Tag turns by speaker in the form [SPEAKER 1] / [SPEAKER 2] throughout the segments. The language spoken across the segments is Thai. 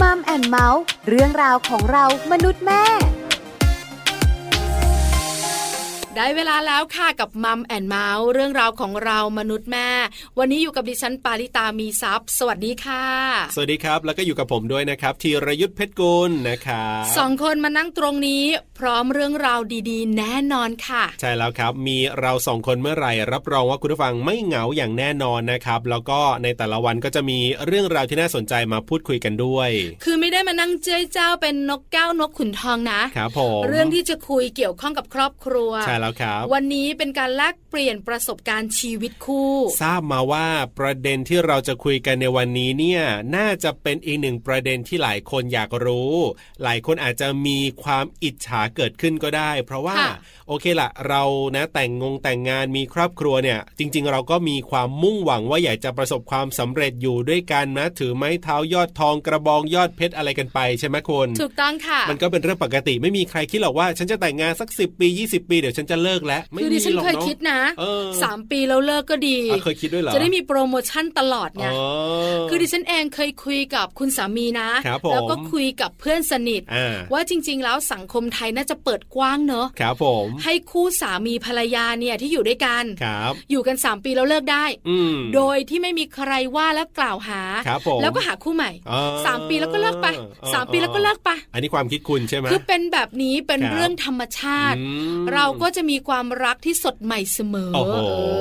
[SPEAKER 1] มัมแอนเมาส์เรื่องราวของเรามนุษย์แม่
[SPEAKER 2] ได้เวลาแล้วค่ะกับมัมแอนเมาส์เรื่องราวของเรามนุษย์แม่ วันนี้อยู่กับดิฉันปาริตามีซัพย์ สวัสดีค่ะ
[SPEAKER 3] สวัสดีครับ แล้วก็อยู่กับผมด้วยนะครับธีรยุทธเพชรกุลนะครับ
[SPEAKER 2] สองคนมานั่งตรงนี้ พร้อมเรื่องราวดีๆ แน่นอนค่ะ
[SPEAKER 3] ใช่แล้วครับ มีเราสองคนเมื่อไหร่ รับรองว่าคุณผู้ฟังไม่เหงาอย่างแน่นอนนะครับ แล้วก็ในแต่ละวันก็จะมีเรื่องราวที่น่าสนใจมาพูดคุยกันด้วย
[SPEAKER 2] คือไม่ได้มานั่งเจ้ยเจ้าเป็นนกแก้วนกขุนทองนะ
[SPEAKER 3] ครับผม
[SPEAKER 2] เรื่องที่จะคุยเกี่ยวข้องกับครอบครัว
[SPEAKER 3] ใช่แล้วครับ
[SPEAKER 2] วันนี้เป็นการแลกเปลี่ยนประสบการณ์ชีวิตคู่
[SPEAKER 3] ทราบมาว่าประเด็นที่เราจะคุยกันในวันนี้เนี่ยน่าจะเป็นอีกหนึ่งประเด็นที่หลายคนอยากรู้ หลายคนอาจจะมีความอิจฉาเกิดขึ้นก็ได้ เพราะว่า
[SPEAKER 2] ค่ะ
[SPEAKER 3] โอเคละเรานะแต่งงงแต่งงานมีครอบครัวเนี่ย จริง ๆ เราก็มีความมุ่งหวังว่าอยากจะประสบความสำเร็จอยู่ด้วยกันนะถือไม้เท้ายอดทองกระบองยอดเพชรอะไรกันไปใช่ไหมคน
[SPEAKER 2] ถูกต้องค่ะ
[SPEAKER 3] มันก็เป็นเรื่องปกติไม่มีใครคิดหรอกว่า ฉันจะแต่งงานสัก10ปี 20 ปีเดี๋ยวฉันจะเลิกแล้วไม่
[SPEAKER 2] คือ
[SPEAKER 3] มี
[SPEAKER 2] ดิฉัน
[SPEAKER 3] หรอก
[SPEAKER 2] เคย
[SPEAKER 3] เนาะ
[SPEAKER 2] คิดนะ
[SPEAKER 3] เออ
[SPEAKER 2] สามปีแล้วเลิกก็ดี
[SPEAKER 3] อ่ะเคยคิดด้วยเหรอ
[SPEAKER 2] จะได้มีโปรโมชั่นตลอดไง
[SPEAKER 3] อ๋อ
[SPEAKER 2] คือดิฉันเองเคยคุยกับคุณสามีนะ
[SPEAKER 3] ครับผม
[SPEAKER 2] แล้วก็คุยกับเพื่อนสนิท
[SPEAKER 3] อ่า
[SPEAKER 2] ว่าจริง ๆ แล้วสังคมไทยน่าจะเปิดกว้างเนอะ
[SPEAKER 3] ครับผม
[SPEAKER 2] ให้คู่สามีภรรยาเนี่ยที่อยู่ด้วยกัน
[SPEAKER 3] ครับ
[SPEAKER 2] อยู่กัน 3 ปีแล้วเลิกได้
[SPEAKER 3] อืม
[SPEAKER 2] โดยที่ไม่มีใครว่าและกล่าวหา
[SPEAKER 3] ครับผม
[SPEAKER 2] แล้วก็หาคู่ใหม่
[SPEAKER 3] อ่า
[SPEAKER 2] สามปีแล้วก็เลิกไป
[SPEAKER 3] อ่า
[SPEAKER 2] สามปีแล้วก็เลิกไป
[SPEAKER 3] อันนี้ความคิดคุณใช่ไหม
[SPEAKER 2] คือเป็นแบบนี้เป็น
[SPEAKER 3] ครับ
[SPEAKER 2] เรื่องธรรมชาติ
[SPEAKER 3] อืม
[SPEAKER 2] เราก็จะมีความรักที่สดใหม่เสมอ
[SPEAKER 3] โอ้โห
[SPEAKER 2] เออ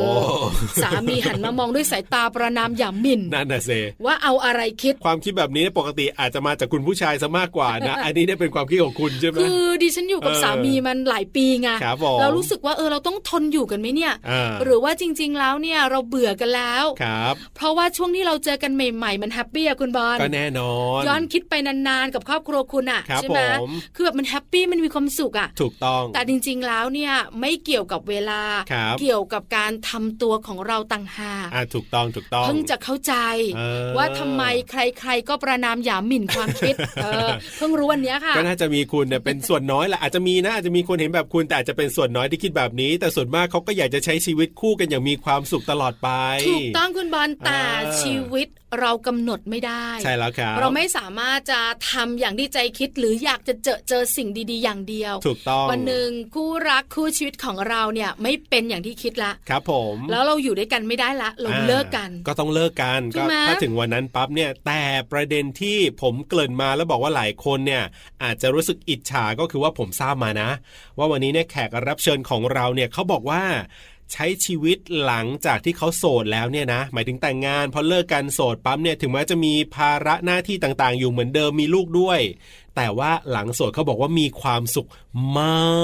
[SPEAKER 2] สามีหันมามองด้วยสายตาประนามหยามหมิ่น
[SPEAKER 3] นั่นน่ะเซ
[SPEAKER 2] ว่าเอาอะไรคิด
[SPEAKER 3] ความคิดแบบนี้ปกติอาจจะมาจากคุณผู้ชายซะมากกว่านะ อันนี้เนี่ยเป็นความคิดของคุณใช่ไหม
[SPEAKER 2] คือดิฉันอยู่กับ
[SPEAKER 3] เออ
[SPEAKER 2] สามีมันหลายปีไง
[SPEAKER 3] ครับผม
[SPEAKER 2] เรารู้สึกว่าเออเราต้องทนอยู่กันไหมเนี่ย
[SPEAKER 3] า
[SPEAKER 2] หรือว่าจริง ๆ แล้วเนี่ยเราเบื่อกันแล้ว
[SPEAKER 3] ครับ
[SPEAKER 2] เพราะว่าช่วงที่เราเจอกันใหม่ ๆ มันแฮปปี้อะคุณบอล
[SPEAKER 3] ก็แน่นอน
[SPEAKER 2] ย้อนคิดไปนานๆกับครอบครัวคุณอะ
[SPEAKER 3] ครับ
[SPEAKER 2] ใช่ไหม
[SPEAKER 3] ผม
[SPEAKER 2] คือแบบมันแฮปปี้มันมีความสุขอะ
[SPEAKER 3] ถูกต้อง
[SPEAKER 2] แต่จริง ๆ แล้วเนี่ยไม่เกี่ยวกับเวลา
[SPEAKER 3] ครับ
[SPEAKER 2] เกี่ยวกับการทำตัวของเราต่างหาก
[SPEAKER 3] อ่าถูกต้องถูกต้อง
[SPEAKER 2] เพิ่งจะเข้าใจ
[SPEAKER 3] เออ
[SPEAKER 2] ว่าทำไมใคร ๆ ก็ประนามหยามหมิ่นความ คิดเออเพิ่งรู้วันเนี้ยค่ะ
[SPEAKER 3] ก็น่าจะมีคุณเนี่ยเป็นส่วนน้อยแหละอาจจะมีนะอาจจะมีคนเห็นแบบคุณแต่อาจจะเป็นส่วนน้อยที่คิดแบบนี้ แต่ส่วนมากเขาก็อยากจะใช้ชีวิตคู่กันอย่างมีความสุขตลอดไป
[SPEAKER 2] ถูกต้องคุณบอลแต่
[SPEAKER 3] เออ
[SPEAKER 2] ชีวิตเรากำหนดไม่ได้
[SPEAKER 3] ใช่แล้วครับ
[SPEAKER 2] เราไม่สามารถจะทำอย่างที่ใจคิดหรืออยากจะเจอเจอสิ่งดีๆ อย่างเดียว
[SPEAKER 3] ถูกต้อง
[SPEAKER 2] วันหนึ่งคู่รักคู่ชีวิตของเราเนี่ยไม่เป็นอย่างที่คิดละ
[SPEAKER 3] ครับผม
[SPEAKER 2] แล้วเราอยู่ด้วยกันไม่ได้ละเรา
[SPEAKER 3] อ่
[SPEAKER 2] เลิกกัน
[SPEAKER 3] ก็ต้องเลิกกัน
[SPEAKER 2] ใช่
[SPEAKER 3] ก็
[SPEAKER 2] ไหม
[SPEAKER 3] ถ้าถึงวันนั้นปั๊บเนี่ยแต่ประเด็นที่ผมเกริ่นมาแล้วบอกว่าหลายคนเนี่ยอาจจะรู้สึกอิจฉาก็คือว่าผมทราบมานะ ว่าวันนี้เนี่ยแขกรับเชิญของเราเนี่ยเขาบอกว่า ใช้ชีวิตหลังจากที่เขาโสดแล้วเนี่ยนะหมายถึงแต่งงานพอเลิกกันโสดปั๊บเนี่ยถึงแม้จะมีภาระหน้าที่ต่างๆ อยู่เหมือนเดิมมีลูกด้วย แต่ว่าหลังโสดเขาบอกว่ามีความสุขม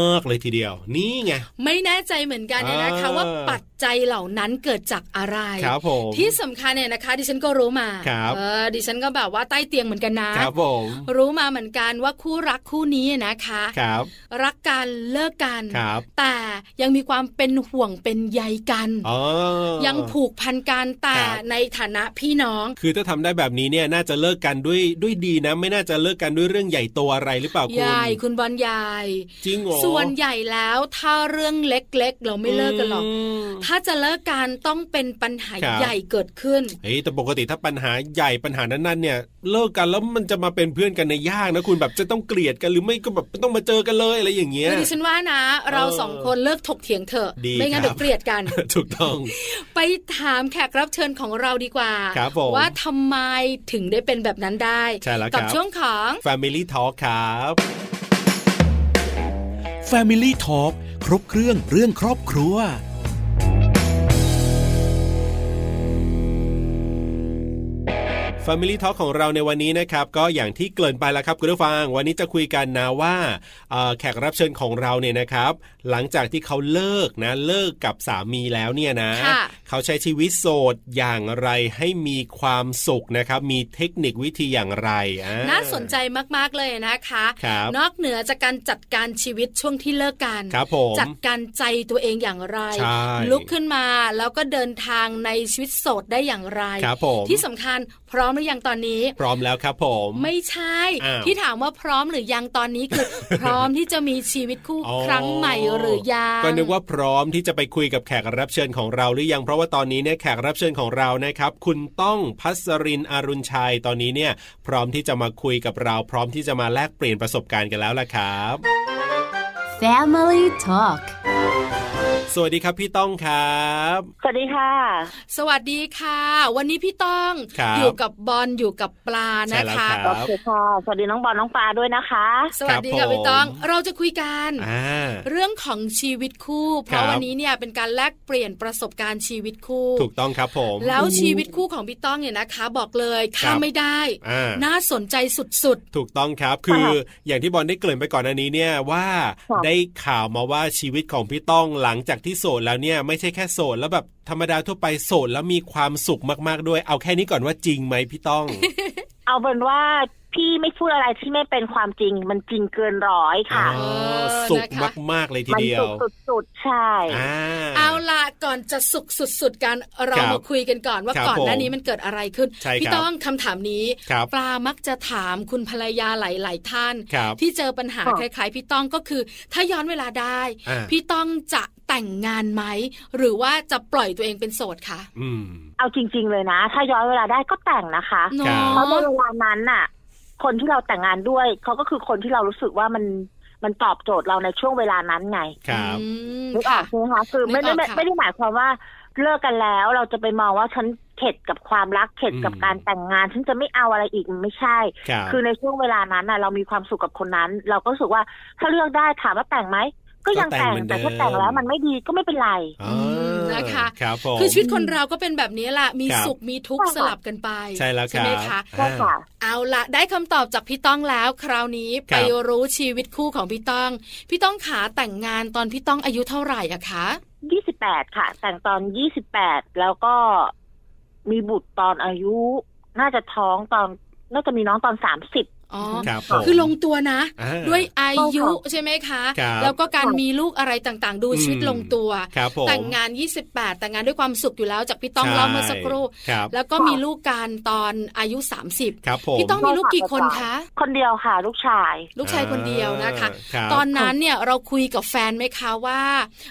[SPEAKER 3] ากเลยทีเดียว นี่ไง
[SPEAKER 2] ไม่แน่ใจเหมือนกันเนี่ยนะคะ
[SPEAKER 3] อ่า
[SPEAKER 2] ว่าปัจจัยเหล่านั้นเกิดจากอะไร
[SPEAKER 3] ครับผม
[SPEAKER 2] ที่สำคัญเนี่ยนะคะ ดิฉันก็รู้มา
[SPEAKER 3] ครับ
[SPEAKER 2] เออดิฉันก็แบบว่าใต้เตียงเหมือนกันนะ
[SPEAKER 3] ครับผม
[SPEAKER 2] รู้มาเหมือนกันว่าคู่รักคู่นี้นะคะ
[SPEAKER 3] ครับ
[SPEAKER 2] รักกันเลิกกัน
[SPEAKER 3] ครับ
[SPEAKER 2] แต่ยังมีความเป็นห่วงเป็นใยกัน
[SPEAKER 3] อ๋อ
[SPEAKER 2] ยังผูกพันกันแต่
[SPEAKER 3] ครับ
[SPEAKER 2] ในฐานะพี่น้อง
[SPEAKER 3] คือถ้าทำได้แบบนี้เนี่ยน่าจะเลิกกันด้วยด้วยดีนะ ไม่น่าจะเลิกกันด้วยเรื่องใหญ่โตอะไรหรือเปล่าคุณ
[SPEAKER 2] ยายคุณบอลยาย
[SPEAKER 3] จริงเหรอ
[SPEAKER 2] ส่วนใหญ่แล้วถ้าเรื่องเล็กๆ เราไม่เลิกกันหรอก
[SPEAKER 3] ม
[SPEAKER 2] ถ้าจะเลิกกันต้องเป็นปัญหา
[SPEAKER 3] ครับ
[SPEAKER 2] ใหญ่เกิดขึ้น
[SPEAKER 3] เฮ้ยแต่ปกติถ้าปัญหาใหญ่ปัญหานั้นๆเนี่ย เลิกกันแล้วมันจะมาเป็นเพื่อนกันในยยากนะคุณแบบจะต้องเกลียดกันหรือไม่ก็แบบต้องมาเจอกันเลยอะไรอย่างเงี้ย
[SPEAKER 2] คือดิฉันว่านะ เรา
[SPEAKER 3] เออ
[SPEAKER 2] สองคนเลิกถกเถียงเถอะ
[SPEAKER 3] ดี
[SPEAKER 2] ไม่งั้น
[SPEAKER 3] ครับ
[SPEAKER 2] เดี๋ยวเกลียดกัน
[SPEAKER 3] ถูกต้อง
[SPEAKER 2] ไปถามแขกรับเชิญของเราดีกว่า
[SPEAKER 3] ครับผม
[SPEAKER 2] ว่าทำไมถึงได้เป็นแบบนั้นได้
[SPEAKER 3] ใช่แล้ว
[SPEAKER 2] กั
[SPEAKER 3] ครับ
[SPEAKER 2] ช่วงของ
[SPEAKER 3] Family Talk ครับ
[SPEAKER 4] Family Talk ครบเครื่องเรื่องครอบครัว
[SPEAKER 3] Family Talk ของเราในวันนี้นะครับก็อย่างที่เกริ่นไปแล้วครับคุณผู้ฟัง วันนี้จะคุยกันนะว่าเอ่อแขกรับเชิญของเราเนี่ยนะครับ หลังจากที่เขาเลิกนะเลิกกับสามีแล้วเนี่ยนะ
[SPEAKER 2] ค่ะ
[SPEAKER 3] เขาใช้ชีวิตโสดอย่างไรให้มีความสุขนะครับ มีเทคนิควิธีอย่างไรอ่
[SPEAKER 2] น่าสนใจมาก ๆ เลยนะคะ
[SPEAKER 3] ครับ
[SPEAKER 2] นอกเหนือจากการจัดการชีวิตช่วงที่เลิกกัน
[SPEAKER 3] ครับผม
[SPEAKER 2] จัดการใจตัวเองอย่างไร
[SPEAKER 3] ใช่
[SPEAKER 2] ลุกขึ้นมาแล้วก็เดินทางในชีวิตโสดได้อย่างไร
[SPEAKER 3] ครับผม
[SPEAKER 2] ที่สำคัญพ พร้อมหรือยังตอนนี้
[SPEAKER 3] พร้อมแล้วครับผม
[SPEAKER 2] ไม่ใช่
[SPEAKER 3] อ้าว
[SPEAKER 2] ที่ถามว่าพร้อมหรือยังตอนนี้คือ พร้อมที่จะมีชีวิตคู่
[SPEAKER 3] อ๋อ
[SPEAKER 2] ครั้งใหม่หรือยัง
[SPEAKER 3] ก็นึกว่าพร้อมที่จะไปคุยกับแขกรับเชิญของเราหรือยังเพราะว่าตอนนี้เนี่ยแขกรับเชิญของเรานะครับ คุณต้องพัสรินอรุณชัยตอนนี้เนี่ย พร้อมที่จะมาคุยกับเรา พร้อมที่จะมาแลกเปลี่ยนประสบการณ์กันแล้วล่ะครับ
[SPEAKER 1] Family Talk
[SPEAKER 3] สวัสดีครับพี่ต้องครับ
[SPEAKER 5] สวัสดีค่ะ
[SPEAKER 2] สวัสดีค่ะ วันนี้พี่ต้อง
[SPEAKER 3] ครับ
[SPEAKER 2] อยู่กับบอลอยู่กับปลานะ
[SPEAKER 3] ใช่แล้ว
[SPEAKER 2] คะ
[SPEAKER 3] ครับ
[SPEAKER 5] โอเคค่ะ สวัสดีน้องบอลน้องปลาด้วยนะคะ
[SPEAKER 2] สวัสดี
[SPEAKER 3] ครั
[SPEAKER 2] ค่ะ
[SPEAKER 3] บผม
[SPEAKER 2] พี่ต้องเราจะคุยกัน
[SPEAKER 3] อ่า
[SPEAKER 2] เรื่องของชีวิตคู่ เพราะ
[SPEAKER 3] ครับ
[SPEAKER 2] วันนี้เนี่ยเป็นการแลกเปลี่ยนประสบการณ์ชีวิตคู่
[SPEAKER 3] ถูกต้องครับผม
[SPEAKER 2] แล้วชีวิตคู่ของพี่ต้องเนี่ยนะคะ บอกเลย
[SPEAKER 3] ครั
[SPEAKER 2] ข้า
[SPEAKER 3] บ
[SPEAKER 2] มไม่ได้
[SPEAKER 3] อ่า
[SPEAKER 2] น่าสนใจสุด
[SPEAKER 3] ถูกต้องครับคืออย่างที่บอลได้เกริ่นไปก่อนอันานี้เนี่ยว่า
[SPEAKER 5] ครับ
[SPEAKER 3] ได้ข่าวมาว่าชีวิตของพี่ต้องหลังจากที่โสดแล้วเนี่ยไม่ใช่แค่โสดแล้วแบบธรรมดาทั่วไปโสดแล้วมีความสุขมากๆด้วย เอาแค่นี้ก่อนว่าจริงไหมพี่ต้อง
[SPEAKER 5] เอาเป็นว่าพี่ไม่พูดอะไรที่ไม่เป็นความจริง มันจริงเกินร้อยค่ะ
[SPEAKER 3] อ๋อ
[SPEAKER 2] เออ
[SPEAKER 3] สุข
[SPEAKER 2] นะคะ
[SPEAKER 3] มากๆเลยที
[SPEAKER 5] มั
[SPEAKER 3] เดีย
[SPEAKER 5] สุ
[SPEAKER 3] ว
[SPEAKER 5] ดสุดสุดๆใช่
[SPEAKER 3] อ่า
[SPEAKER 2] ๆ เอาละก่อนจะสุกสุดๆกันเรา
[SPEAKER 3] ครับ
[SPEAKER 2] มาคุยกันก่อนว่า
[SPEAKER 3] ครับ
[SPEAKER 2] ก่อนหน้า
[SPEAKER 3] ผม
[SPEAKER 2] นี้มันเกิดอะไรขึ้น
[SPEAKER 3] ใช่ครับ
[SPEAKER 2] พี่ต้องคำถามนี้
[SPEAKER 3] ครับ
[SPEAKER 2] ปลามักจะถามคุณภรรยาหลาย ๆ ท่าน
[SPEAKER 3] ครับ
[SPEAKER 2] ที่เจอปัญหา
[SPEAKER 5] ครั
[SPEAKER 2] ค
[SPEAKER 5] บ
[SPEAKER 2] ล้ายๆ พี่ต้องก็คือ ถ้าย้อนเวลาได้
[SPEAKER 3] อ่า
[SPEAKER 2] พี่ต้องจะแต่งงานไหมหรือว่าจะปล่อยตัวเองเป็นโสดคะ
[SPEAKER 3] อืม
[SPEAKER 5] เอาจริง ๆ เลยนะ ถ้าย้อนเวลาได้ก็แต่งนะคะ
[SPEAKER 2] เน
[SPEAKER 3] ครับ
[SPEAKER 5] เพราะใน
[SPEAKER 2] าะ
[SPEAKER 5] เวลานั้นน่ะ คนที่เราแต่งงานด้วยเขาก็คือคนที่เรารู้สึกว่ามันมันตอบโจทย์เราในช่วงเวลานั้นไง
[SPEAKER 3] ครับ
[SPEAKER 2] อืม
[SPEAKER 5] นึกออ
[SPEAKER 2] ค่ะ
[SPEAKER 5] กใช่ไหมคะคือไม่
[SPEAKER 2] นึ
[SPEAKER 5] ได้
[SPEAKER 2] กออก
[SPEAKER 5] ไม่
[SPEAKER 2] ค่ะ
[SPEAKER 5] ไม่ได้หมายความว่าเลิกกันแล้ว เราจะไปมองว่าฉันเข็ดกับความรักเข็ดกับ
[SPEAKER 3] อืม
[SPEAKER 5] การแต่งงานฉันจะไม่เอาอะไรอีกมันไม่ใช่
[SPEAKER 3] ครับ
[SPEAKER 5] คือในช่วงเวลานั้นน่ะเรามีความสุขกับคนนั้น เราก็รู้สึกว่าถ้าเลือกได้ถามว่าแต่งไหมก็ยังแต่งแต่ถ้าแต่งแล้วมันไม่ดีก็ไม่เป็นไร
[SPEAKER 3] อ่า
[SPEAKER 2] นะคะ
[SPEAKER 3] ครับผม
[SPEAKER 2] คือชีวิตคนเราก็เป็นแบบนี้แหละมี
[SPEAKER 3] ครับ
[SPEAKER 2] สุขมีทุกข์
[SPEAKER 5] ใช่
[SPEAKER 2] ส
[SPEAKER 5] ค่ะ
[SPEAKER 2] ลับกันไป
[SPEAKER 3] ใช่แล้วค
[SPEAKER 2] ใช่
[SPEAKER 3] รั
[SPEAKER 2] ไหม
[SPEAKER 3] บ
[SPEAKER 2] คะ
[SPEAKER 5] ใช่
[SPEAKER 3] อ่า
[SPEAKER 5] ค่ะ
[SPEAKER 2] เอาละได้คำตอบจากพี่ต้องแล้วคราวนี้
[SPEAKER 3] ครั
[SPEAKER 2] ไป
[SPEAKER 3] บ
[SPEAKER 2] รู้ชีวิตคู่ของพี่ต้อง พี่ต้องขาแต่งงานตอนพี่ต้องอายุเท่าไหร่อะคะ
[SPEAKER 5] 28 ค่ะ แต่งตอน 28 แล้วก็มีบุตรตอนอายุ น่าจะท้องตอน น่าจะมีน้องตอน 30
[SPEAKER 2] อ๋อ
[SPEAKER 3] ครับผม
[SPEAKER 2] คือลงตัวนะ
[SPEAKER 3] อ่า
[SPEAKER 2] ด้วยอายุ
[SPEAKER 5] ใช่ค่ะ
[SPEAKER 2] ใช่ไหมคะ
[SPEAKER 3] ครับ
[SPEAKER 2] แล้วก็การมีลูกอะไรต่างๆ ดู
[SPEAKER 3] อืม
[SPEAKER 2] ชีวิตลงตัว
[SPEAKER 3] ครับผม
[SPEAKER 2] แต่งงาน 28 แต่งงานด้วยความสุขอยู่แล้วจากพี่ต้องเล่าเมื่อสักครู่
[SPEAKER 3] ใช่ครับ
[SPEAKER 2] แล้วก็มีลูกกันตอนอายุ 30
[SPEAKER 3] ครับผม
[SPEAKER 2] พี่ต้องมีลูกกี่คนคะ
[SPEAKER 5] คนเดียวค่ะ ลูกชาย
[SPEAKER 2] ลูกชายคนเดียวนะคะ
[SPEAKER 3] าครับ
[SPEAKER 2] ตอนนั้นเนี่ยเราคุยกับแฟนไหมคะว่า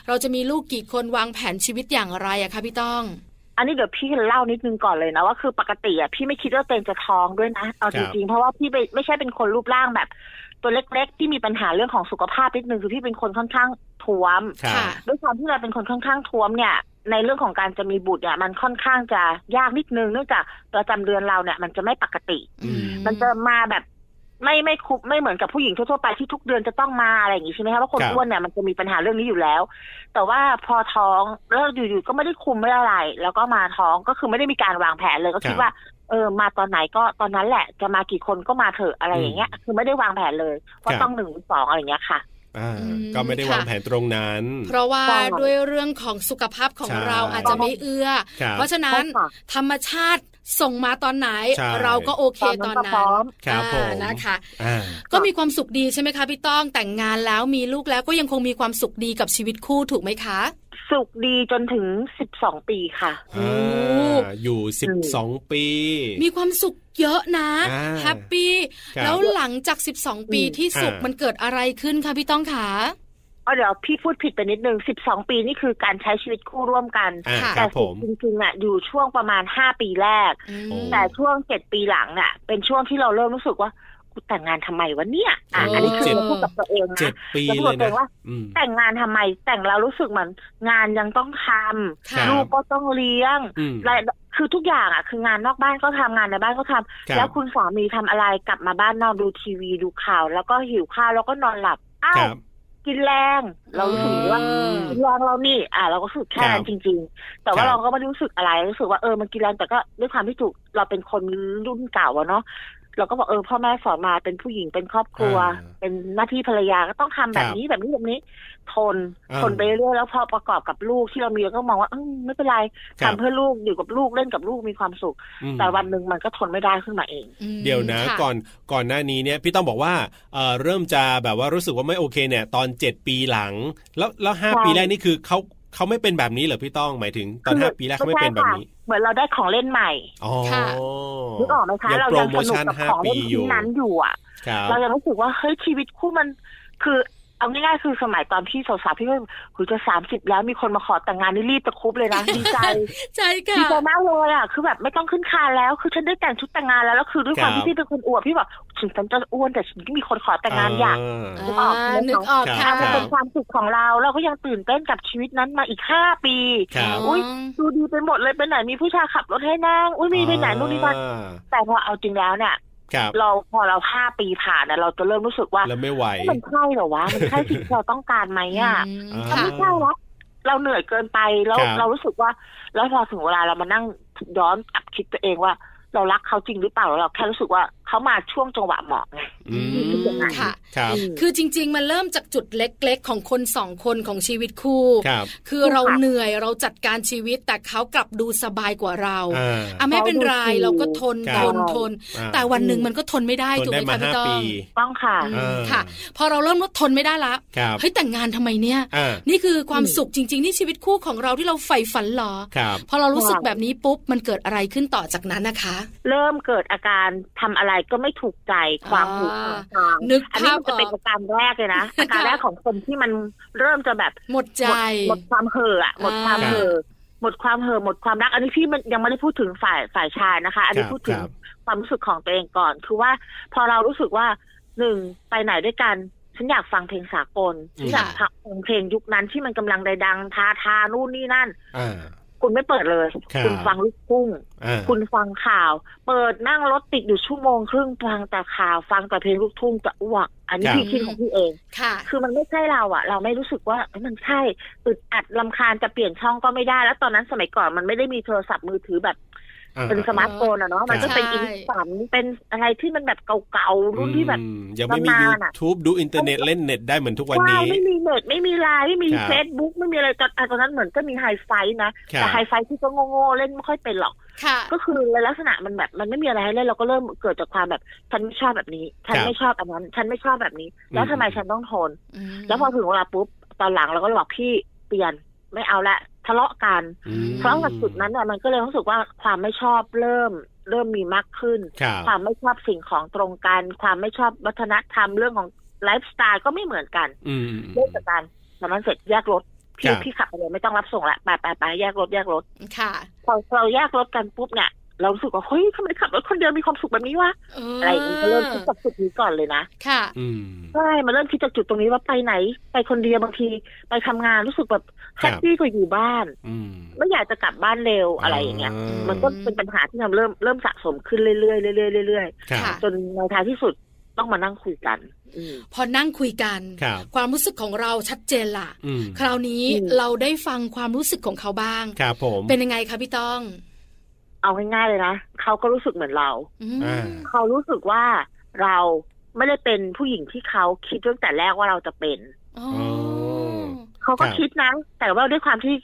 [SPEAKER 2] เราจะมีลูกกี่คนวางแผนชีวิตอย่างไรอะคะพี่ต้อง
[SPEAKER 5] อันนี้เดี๋ยวพี่เล่านิดนึงก่อนเลยนะว่าคือปกติอ่ะพี่ไม่คิดว่าตัวเองจะท้องด้วยนะเอา
[SPEAKER 3] ครั
[SPEAKER 5] จ
[SPEAKER 3] บ
[SPEAKER 5] ริงๆเพราะว่าพี่ไปไม่ใช่เป็นคนรูปร่างแบบ ตัวเล็กๆ ที่มีปัญหาเรื่องของสุขภาพนิดนึงคือพี่เป็นคนค่อนข้างท้วม
[SPEAKER 3] ครับ
[SPEAKER 5] ด้วยความที่เราเป็นคนค่อนข้างท้วมเนี่ย ในเรื่องของการจะมีบุตรเนี่ยมันค่อนข้างจะยากนิดนึงเนื่องจากประจำเดือนเราเนี่ยมันจะไม่ปกติ
[SPEAKER 3] อืม
[SPEAKER 5] มันจะมาแบบไม่ไม่คุบไม่เหมือนกับผู้หญิงทั่วๆไปที่ทุกเดือนจะต้องมาอะไรอย่างงี้ใช่ไหมคะว่าคน
[SPEAKER 3] ครับ
[SPEAKER 5] อ้วนเนี่ยมันจะมีปัญหาเรื่องนี้อยู่แล้ว แต่ว่าพอท้องแล้วอยู่ๆก็ไม่ได้คุมไม่ได้อะไร แล้วก็มาท้องก็คือไม่ได้มีการวางแผนเลยก็คิดว่า เออมาตอนไหนก็ตอนนั้นแหละ จะมากี่คนก็มาเถอะอะไรอย่างเงี้ย คือไม่ได้วางแผนเลยว่าต้องหนึ่งหรือสองอะไรอย่างเงี้ยค่ะ
[SPEAKER 3] อ่า
[SPEAKER 2] อืม
[SPEAKER 3] ก็ไม่ได้
[SPEAKER 2] ค่ะ
[SPEAKER 3] วางแผนตรงนั้น
[SPEAKER 2] เพราะว่า
[SPEAKER 5] ใช่
[SPEAKER 2] ด้วยเรื่องของสุขภาพของ
[SPEAKER 3] ใช่
[SPEAKER 2] เราอาจจะไม่เอือ้อ
[SPEAKER 3] ครับ
[SPEAKER 2] เพราะฉะนั้น
[SPEAKER 5] ใช่ค่ะ
[SPEAKER 2] ธรรมชาติส่งมาตอนไหน
[SPEAKER 3] ใช่
[SPEAKER 2] เราก็โอเคตอน
[SPEAKER 5] ก็พ
[SPEAKER 2] นั้น
[SPEAKER 5] ร้อม
[SPEAKER 3] ครับผม
[SPEAKER 2] อ่านะคะ
[SPEAKER 3] อ่า
[SPEAKER 2] ก็มีความสุขดีใช่ไหมคะพี่ต้องแต่งงานแล้วมีลูกแล้วก็ยังคงมีความสุขดีกับชีวิตคู่ถูกไหมคะ
[SPEAKER 5] สุขดีจนถึง 12 ปีค่ะ
[SPEAKER 3] อ่าอยู่ 12 ปี
[SPEAKER 2] มีความสุขเยอะนะ
[SPEAKER 3] อ่า
[SPEAKER 2] แฮปปี้
[SPEAKER 3] ครับ
[SPEAKER 2] แล้วหลังจาก 12 ปี
[SPEAKER 5] อืม
[SPEAKER 2] ที่สุข
[SPEAKER 3] อ่ามั
[SPEAKER 2] มันเกิดอะไรขึ้นคะพี่ต้องขา
[SPEAKER 5] เอาเดี๋ยวพี่พูดผิดไปนิดนึง 12 ปีนี่คือการใช้ชีวิตคู่ร่วมกัน
[SPEAKER 3] อ่า
[SPEAKER 2] ค่ะ
[SPEAKER 3] ค
[SPEAKER 5] แต่
[SPEAKER 3] รับผ
[SPEAKER 5] สุข
[SPEAKER 3] ม
[SPEAKER 5] จริงๆอ่ะอยู่ช่วงประมาณ 5 ปีแรก
[SPEAKER 2] อืม
[SPEAKER 3] โอ้
[SPEAKER 5] แต่ช่วง 7 ปีหลังน่ะ เป็นช่วงที่เราเริ่มรู้สึกว่ากูแต่งงานทำไมวะเนี่ยอ่ะ
[SPEAKER 2] โอ้
[SPEAKER 5] อันนี้คือเราพูดกับตัวเอง
[SPEAKER 3] เจ็
[SPEAKER 5] นะ
[SPEAKER 3] ดปีเลย
[SPEAKER 5] แล้วก็บอกตั
[SPEAKER 3] นะ
[SPEAKER 5] วว่า
[SPEAKER 3] อืม
[SPEAKER 5] แต่งงานทำไมแต่งแล้วรู้สึกเหมือนงานยังต้องทำ
[SPEAKER 3] ครั
[SPEAKER 2] ค่ะ
[SPEAKER 3] บ
[SPEAKER 5] ลูกก็ต้องเลี้ยง
[SPEAKER 3] อืม
[SPEAKER 5] และคือทุกอย่างอ่ะ คืองานนอกบ้านก็ทำงานในบ้านก็
[SPEAKER 3] ค
[SPEAKER 5] ทำ
[SPEAKER 3] รับ
[SPEAKER 5] แล้วคุณสามีทำอะไรกลับมาบ้านนอนดูทีวีดูข่าว แล้วก็หิวข้าวแล้วก็นอนหลับอ้า
[SPEAKER 3] คว รับ
[SPEAKER 5] กินแรงเรารู้สึกว่า
[SPEAKER 2] อืม
[SPEAKER 5] กินแรงเรานี่ อ่า เราก็รู้สึกแค่นั้น
[SPEAKER 3] ครับ
[SPEAKER 5] จริง ๆ แต่
[SPEAKER 3] ครั
[SPEAKER 5] ว่า
[SPEAKER 3] บ
[SPEAKER 5] เราก็ไม่ได้รู้สึกอะไรรู้สึกว่าเออมันกินแรงแต่ก็ด้วยความที่ถูกเราเป็นคนรุ่นเก่าอะเนาะเราก็บอกเออพ่อแม่สอนมาเป็นผู้หญิงเป็นครอบครัว
[SPEAKER 3] อ่า
[SPEAKER 5] เป็นหน้าที่ภรรยาก็ต้องทำแบบนี้แบบนี้แบบนี้ ทน
[SPEAKER 3] อ่า
[SPEAKER 5] ทนไปเรื่อยแล้วพอประกอบกับลูกที่เรามีเราก็มองว่าเออไม่เป็นไร
[SPEAKER 3] ครับ
[SPEAKER 5] ทำเพื่อลูกอยู่กับลูกเล่นกับลูกมีความสุข
[SPEAKER 3] อืม
[SPEAKER 5] แต่วันหนึ่งมันก็ทนไม่ได้ขึ้นมาเอง
[SPEAKER 2] อืม
[SPEAKER 3] เดี๋ยวนะ
[SPEAKER 2] ค่
[SPEAKER 3] ก่อนก่อนหน้านี้เนี่ยพี่ต้องบอกว่าเอ่อเริ่มจะแบบว่ารู้สึกว่าไม่โอเคเนี่ย ตอน 7 ปีหลัง แล้วแล้วห้า
[SPEAKER 5] ใช่
[SPEAKER 3] ปีแรกนี่คือเขา เขาไม่เป็นแบบนี้เหรอพี่ต้องหมายถึงตอนห้าปีแรกเขาไม่เป็นแบบนี้
[SPEAKER 5] เหมือนเราได้ของเล่นใหม่
[SPEAKER 3] อ๋อ
[SPEAKER 2] ค่ะ
[SPEAKER 5] นึกออกไหมคะ
[SPEAKER 3] ยัง
[SPEAKER 5] เรา
[SPEAKER 3] โปร
[SPEAKER 5] ยัง
[SPEAKER 3] โม
[SPEAKER 5] สนุก
[SPEAKER 3] ชั่น
[SPEAKER 5] กับ
[SPEAKER 3] ห้า
[SPEAKER 5] ของ
[SPEAKER 3] ปี
[SPEAKER 5] เล่น
[SPEAKER 3] อยู่
[SPEAKER 5] ที่นั้นอยู่อ่ะ
[SPEAKER 3] ครับ
[SPEAKER 5] เรายังรู้สึกว่าเฮ้ยชีวิตคู่มัน คือเอาง่ายๆคือสมัยตอนพี่สาวๆพี่ก็หูจะสามสิบแล้วมีคนมาขอแต่งงานนี่รีบตะครุบเลย นะดีใจ
[SPEAKER 2] ใช่ค่ะ
[SPEAKER 5] ดีใจมากเลยอ่ะ คือแบบไม่ต้องขึ้นคานแล้ว คือฉันได้แต่งชุดแต่งงานแล้ว แล้วคือด้วยความที่พี่เป็นคนอ้วนพี่บอกถึงฉันจะอ้วนแต่ฉันก็มีคนขอแต่งงานอยาก
[SPEAKER 3] เ
[SPEAKER 5] นึกออกไหม
[SPEAKER 2] านึกออก
[SPEAKER 3] ครั
[SPEAKER 2] ค่ะ
[SPEAKER 3] บ
[SPEAKER 5] มันเป็นความสุขของเรา เราก็ยังตื่นเต้นกับชีวิตนั้นมาอีกห้าปี
[SPEAKER 3] ครับ
[SPEAKER 5] อุ๊ย ดูดีไปหมดเลยไปไหนมีผู้ชายขับรถให้นั่ง อุ้ยมีไปไหนนู่นนี่นั่น
[SPEAKER 3] อ่า
[SPEAKER 5] แต่พอเอาจริงแล้วเนี่ย
[SPEAKER 3] ครับ
[SPEAKER 5] เราพอเราห้าปีผ่านเนี่ยเราจะเริ่มรู้สึกว่า
[SPEAKER 3] แล้วไม่ไหว
[SPEAKER 5] มันใช่เหรอวะ มันใช่สิ่งที่เราต้องการไหมอ่ะ
[SPEAKER 2] อืม
[SPEAKER 3] อ่า
[SPEAKER 5] มันไม่ใช่แล้วเราเหนื่อยเกินไปแล้ว
[SPEAKER 3] ครับ
[SPEAKER 5] เรารู้สึกว่า แล้วพอถึงเวลาเรามานั่งย้อนกลับคิดตัวเองว่า เรารักเขาจริงหรือเปล่าแล้วเราแค่รู้สึกว่าเขามาช่วงจังหวะเหมาะไง
[SPEAKER 3] อืม
[SPEAKER 2] ค่ะ
[SPEAKER 3] ครับ
[SPEAKER 5] อืม
[SPEAKER 2] คือจริง ๆ มันเริ่มจากจุดเล็กๆ ของคนสองคนของชีวิตคู่
[SPEAKER 3] ครับ
[SPEAKER 2] คือเราเหนื่อยเราจัดการชีวิตแต่เขากลับดูสบายกว่าเรา
[SPEAKER 3] อ่า
[SPEAKER 2] อ่ะไม่เป็นไรเราก็ทน
[SPEAKER 3] ค
[SPEAKER 2] ท
[SPEAKER 3] รับ
[SPEAKER 2] นทน
[SPEAKER 3] อ่า
[SPEAKER 2] แต่วันหนึ่งมันก็ทนไม่ได้
[SPEAKER 3] ทน
[SPEAKER 2] ถูกไห
[SPEAKER 3] ได้
[SPEAKER 2] ม
[SPEAKER 3] มา
[SPEAKER 2] คะ
[SPEAKER 3] ห้า
[SPEAKER 2] พี่ต้อง
[SPEAKER 3] ปี
[SPEAKER 5] ต้องค่ะ
[SPEAKER 2] อืม
[SPEAKER 3] เออ
[SPEAKER 2] ค่ะ พอเราเริ่มลดทนไม่ได้ละ
[SPEAKER 3] ครับ
[SPEAKER 2] เฮ้ยแต่งงานทำไมเนี่ย
[SPEAKER 3] อ่า
[SPEAKER 2] นี่คือความสุขจริง ๆ นี่ชีวิตคู่ของเราที่เราใฝ่ฝันเหรอ
[SPEAKER 3] ครับ
[SPEAKER 2] พอเรารู้สึกแบบนี้ปุ๊บมันเกิดอะไรขึ้นต่อจากนั้นนะคะ
[SPEAKER 5] เริ่มเกิดอาการทำอะไรก็ไม่ถูกใจความผูกพันทาง
[SPEAKER 2] นึก
[SPEAKER 5] อันนี้
[SPEAKER 2] ภาพอ
[SPEAKER 5] มันจะ
[SPEAKER 2] อ
[SPEAKER 5] เป็น
[SPEAKER 2] ก
[SPEAKER 5] อาการแรกเลยนะ อาการแรกของคนที่มันเริ่มจะแบบ
[SPEAKER 2] หมดใจ
[SPEAKER 5] หมดหมดความเห่ออะหมดความ
[SPEAKER 2] อ่า
[SPEAKER 5] เห่อหมดความเห่อหมดความรัก อันนี้พี่มันยังไม่ได้พูดถึงฝ่ายฝ่ายชายนะคะ อัน
[SPEAKER 3] ค
[SPEAKER 5] นี้
[SPEAKER 3] รับ
[SPEAKER 5] พูด
[SPEAKER 3] ค
[SPEAKER 5] ถึง
[SPEAKER 3] รับ
[SPEAKER 5] ความรู้สึกของตัวเองก่อน คือว่าพอเรารู้สึกว่าหนึ่งไปไหนด้วยกันฉันอยากฟังเพลงสากลฉันอยากฟังเพลงยุคนั้นที่มันกำลังดังทาทานู่นนี่นั่น
[SPEAKER 3] อ่า
[SPEAKER 5] คุณไม่เปิดเลย
[SPEAKER 3] ครับ
[SPEAKER 5] คุณฟังลูกทุ่ง
[SPEAKER 3] อ่า
[SPEAKER 5] คุณฟังข่าว เปิดนั่งรถติดอยู่ชั่วโมงครึ่งฟังแต่ข่าวฟังแต่เพลงลูกทุ่งจะอ้วก อันนี้
[SPEAKER 3] ครับ
[SPEAKER 5] พี่คิดของพี่เอง
[SPEAKER 2] ค่ะ
[SPEAKER 5] คือมันไม่ใช่เราอะเราไม่รู้สึกว่าเอ้ยมันใช่อึดอัดลำคาญจะเปลี่ยนช่องก็ไม่ได้ แล้วตอนนั้นสมัยก่อนมันไม่ได้มีโทรศัพท์มือถือแบบ
[SPEAKER 3] อ่า
[SPEAKER 5] เป็นสมาร์ทโฟนอะเนาะมันก็เป็น
[SPEAKER 2] ใช่
[SPEAKER 5] อินสตันเป็นอะไรที่มันแบบเก่าๆรุ่นที่แบบ
[SPEAKER 3] อืมยังไม่มี
[SPEAKER 5] นานๆอะ
[SPEAKER 3] YouTube ดูอินเทอร์เน็ตเล่นเน็ตได้เหมือนทุกวัน
[SPEAKER 5] ว่า
[SPEAKER 3] นี้
[SPEAKER 5] ไม่มีเน็ตไม่มีไลน์ไม่มี
[SPEAKER 3] ครับ
[SPEAKER 5] เฟซบุ๊กไม่มีอะไรตอนอ่ะตอนนั้นเหมือนก็มีไฮไฟนะ
[SPEAKER 3] ครับ
[SPEAKER 5] แต่ไฮไฟที่ก็โง่ๆเล่นไม่ค่อยเป็นหรอก
[SPEAKER 2] ค่ะ
[SPEAKER 5] ก็คือลักษณะมันแบบมันไม่มีอะไรให้เล่นเราก็เริ่มเกิดจากความแบบฉันไม่ชอบแบบนี้ฉันไม่ชอบอันนั้นฉันไม่ชอบแบบนี้ แล้วทำไมฉันต้องท
[SPEAKER 2] ม
[SPEAKER 5] นแล้วพอถึงเวลาปุ๊บตอนหลังเราก็บอกพี่เปลี่ยนไม่เอาละทะเลาะกัน
[SPEAKER 3] อืม
[SPEAKER 5] เพราะกับจุดนั้นเนี่ยมันก็เลยรู้สึกว่าความไม่ชอบเริ่มเริ่มมีมากขึ้น
[SPEAKER 3] ครับ
[SPEAKER 5] ความไม่ชอบสิ่งของตรงกัน ความไม่ชอบวัฒนธรรมเรื่องของไลฟ์สไตล์ก็ไม่เหมือนกัน
[SPEAKER 3] อืม
[SPEAKER 5] เลิกจากกันตอนนั้นเสร็จแยกรถ
[SPEAKER 3] ค
[SPEAKER 5] พี่
[SPEAKER 3] รับ
[SPEAKER 5] พี่ขับไปเลยไม่ต้องรับส่งละไปไปไปแยกรถแยกรถ
[SPEAKER 2] ค่ะ
[SPEAKER 5] พอเราแยกรถกันปุ๊บเนี่ยเรารู้สึกว่าเฮ้ยทำไมขับรถคนเดียวมีความสุขแบบนี้วะ
[SPEAKER 2] เอออ
[SPEAKER 5] อะไรอย่างนี้ก็เริ่มคิดจากจุดนี้ก่อนเลยนะ
[SPEAKER 2] ค่ะ
[SPEAKER 3] อืม
[SPEAKER 5] ใช่มาเริ่มคิดจากจุดตรงนี้ว่าไปไหน ไปคนเดียวบางที ไปทำงานรู้สึกแบบ
[SPEAKER 3] ค
[SPEAKER 5] แฮ
[SPEAKER 3] รับ
[SPEAKER 5] ปปี้กว่าอยู่บ้าน
[SPEAKER 3] อืม
[SPEAKER 5] ไม่อยากจะกลับบ้านเร็วอะไรอย่างเงี้ย มันก็เป็นปัญหาที่ทำเริ่มเริ่มสะสมขึ้นเรื่อยๆเรื่อยๆเรื่อย
[SPEAKER 3] ครับ
[SPEAKER 5] ๆจนในท้ายที่สุดต้องมานั่งคุยกัน อืม
[SPEAKER 2] พอนั่งคุยกัน
[SPEAKER 3] ครับ
[SPEAKER 2] ความรู้สึกของเราชัดเจนล่ะ
[SPEAKER 3] อืม
[SPEAKER 2] คราวนี้
[SPEAKER 5] อืม
[SPEAKER 2] เราได้ฟังความรู้สึกของเขาบ้าง
[SPEAKER 3] ครับผม
[SPEAKER 2] เป็นยังไงคะพี่ต้อง
[SPEAKER 5] เอาง่ายๆเลยนะเขาก็รู้สึกเหมือนเรา
[SPEAKER 2] อืม
[SPEAKER 3] อ่า
[SPEAKER 5] เขารู้สึกว่าเราไม่ได้เป็นผู้หญิงที่เขาคิดตั้งแต่แรกว่าเราจะเป็น
[SPEAKER 2] อ๋อ
[SPEAKER 5] เขาก็
[SPEAKER 3] รับ
[SPEAKER 5] คิดนะ แต่ว่าด้วยความที่